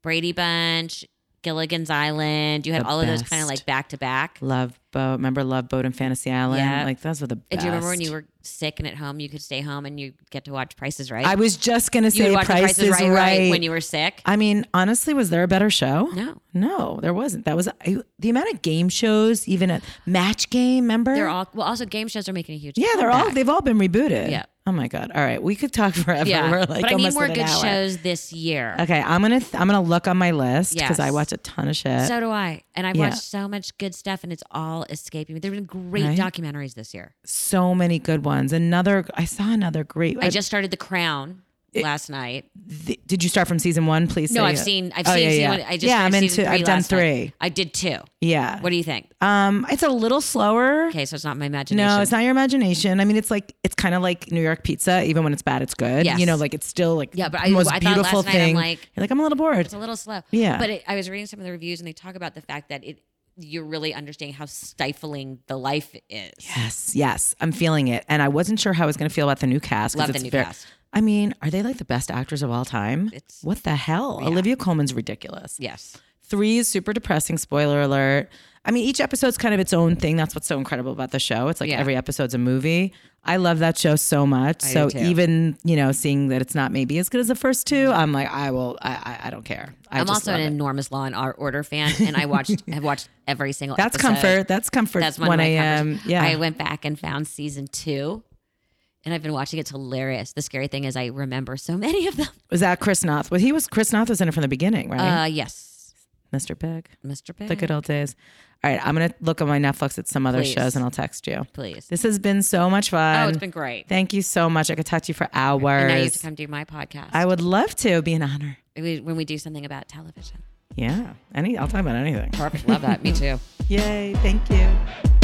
S2: Brady Bunch, Gilligan's Island. You had
S1: The
S2: all of those kind
S1: best.
S2: of like back to back.
S1: Love Boat. Remember Love Boat and Fantasy Island?
S2: Yeah.
S1: Like those were the
S2: Do
S1: best.
S2: you remember when you were sick and at home, you could stay home and you get to watch Prices Right?
S1: I was just gonna
S2: you
S1: say
S2: watch
S1: Price,
S2: Prices
S1: is
S2: right,
S1: right.
S2: when you were sick.
S1: I mean, honestly, was there a better show?
S2: No,
S1: No, there wasn't. That was I, the amount of game shows, even a match game. Remember?
S2: they're all well. Also, game shows are making a huge
S1: yeah, they're all.
S2: comeback.
S1: They've all been rebooted.
S2: Yeah.
S1: Oh my god. All right, we could talk forever.
S2: yeah.
S1: We're like
S2: but I
S1: almost
S2: need more
S1: at an
S2: good
S1: hour.
S2: shows this year.
S1: Okay, I'm gonna th- I'm gonna look on my list because I
S2: Yes.
S1: watch a ton of shit.
S2: So do I, and I've
S1: Yeah.
S2: watched so much good stuff, and it's all escaping me. There've been great
S1: Right?
S2: documentaries this year.
S1: so many good ones. Another, I saw another great.
S2: I just started The Crown last night.
S1: th- did you start from season one? Please.
S2: No,
S1: say
S2: I've
S1: it.
S2: seen. I've
S1: Oh,
S2: seen.
S1: yeah,
S2: season
S1: yeah.
S2: one- I just
S1: Yeah,
S2: finished
S1: I'm in
S2: season
S1: two-
S2: three
S1: I've done
S2: last night.
S1: three.
S2: I did two.
S1: Yeah.
S2: What do you think?
S1: Um, it's a little slower.
S2: Okay, so it's not my imagination.
S1: No, it's not your imagination. I mean, it's like it's kind of like New York pizza. Even when it's bad, it's good.
S2: Yes.
S1: You know, like it's still like
S2: Yeah, but
S1: the
S2: I-
S1: most
S2: I thought
S1: beautiful
S2: last night, I'm
S1: thing.
S2: like-
S1: You're like I'm a little bored.
S2: It's a little slow.
S1: Yeah.
S2: But it, I was reading some of the reviews, and they talk about the fact that it you're really understanding how stifling the life is.
S1: Yes, yes, I'm feeling it, and I wasn't sure how I was going to feel about the new cast. 'cause
S2: Love the
S1: it's
S2: new
S1: ver-
S2: cast.
S1: I mean, are they like the best actors of all time?
S2: It's-
S1: what the hell? Olivia Coleman's ridiculous.
S2: Yes.
S1: Three is super depressing. Spoiler alert. I mean, each episode's kind of its own thing. That's what's so incredible about the show. It's like
S2: Yeah.
S1: every episode's a movie. I love that show so much. so
S2: do too. Mm-hmm.
S1: even you know, seeing that it's not maybe as good as the first two, I'm like, I will. I I, I don't care. I
S2: I'm
S1: just
S2: also an
S1: love it.
S2: enormous Law and Or- Order fan, and I watched have watched every single.
S1: That's
S2: episode.
S1: comfort. That's comfort.
S2: That's one
S1: one
S2: of my
S1: a.m.
S2: comforts.
S1: Yeah.
S2: I went back and found season two, and I've been watching. it. It's hilarious. The scary thing is I remember so many of them.
S1: was that Chris Noth? Well, he was Chris Noth was in it from the beginning, right?
S2: Uh, yes,
S1: Mr. Big,
S2: Mr. Big.
S1: the good old days. All right, I'm gonna look on my Netflix at some other
S2: Please.
S1: shows and I'll text you.
S2: please.
S1: This has been so much fun.
S2: Oh, it's been great.
S1: Thank you so much. I could talk to you for hours.
S2: And now you have to come do my podcast
S1: I would love to. It'd be an honor.
S2: We- when we do something about television.
S1: Yeah. Any I'll talk about anything.
S2: Perfect. Love that. Me too.
S1: Yay. Thank you.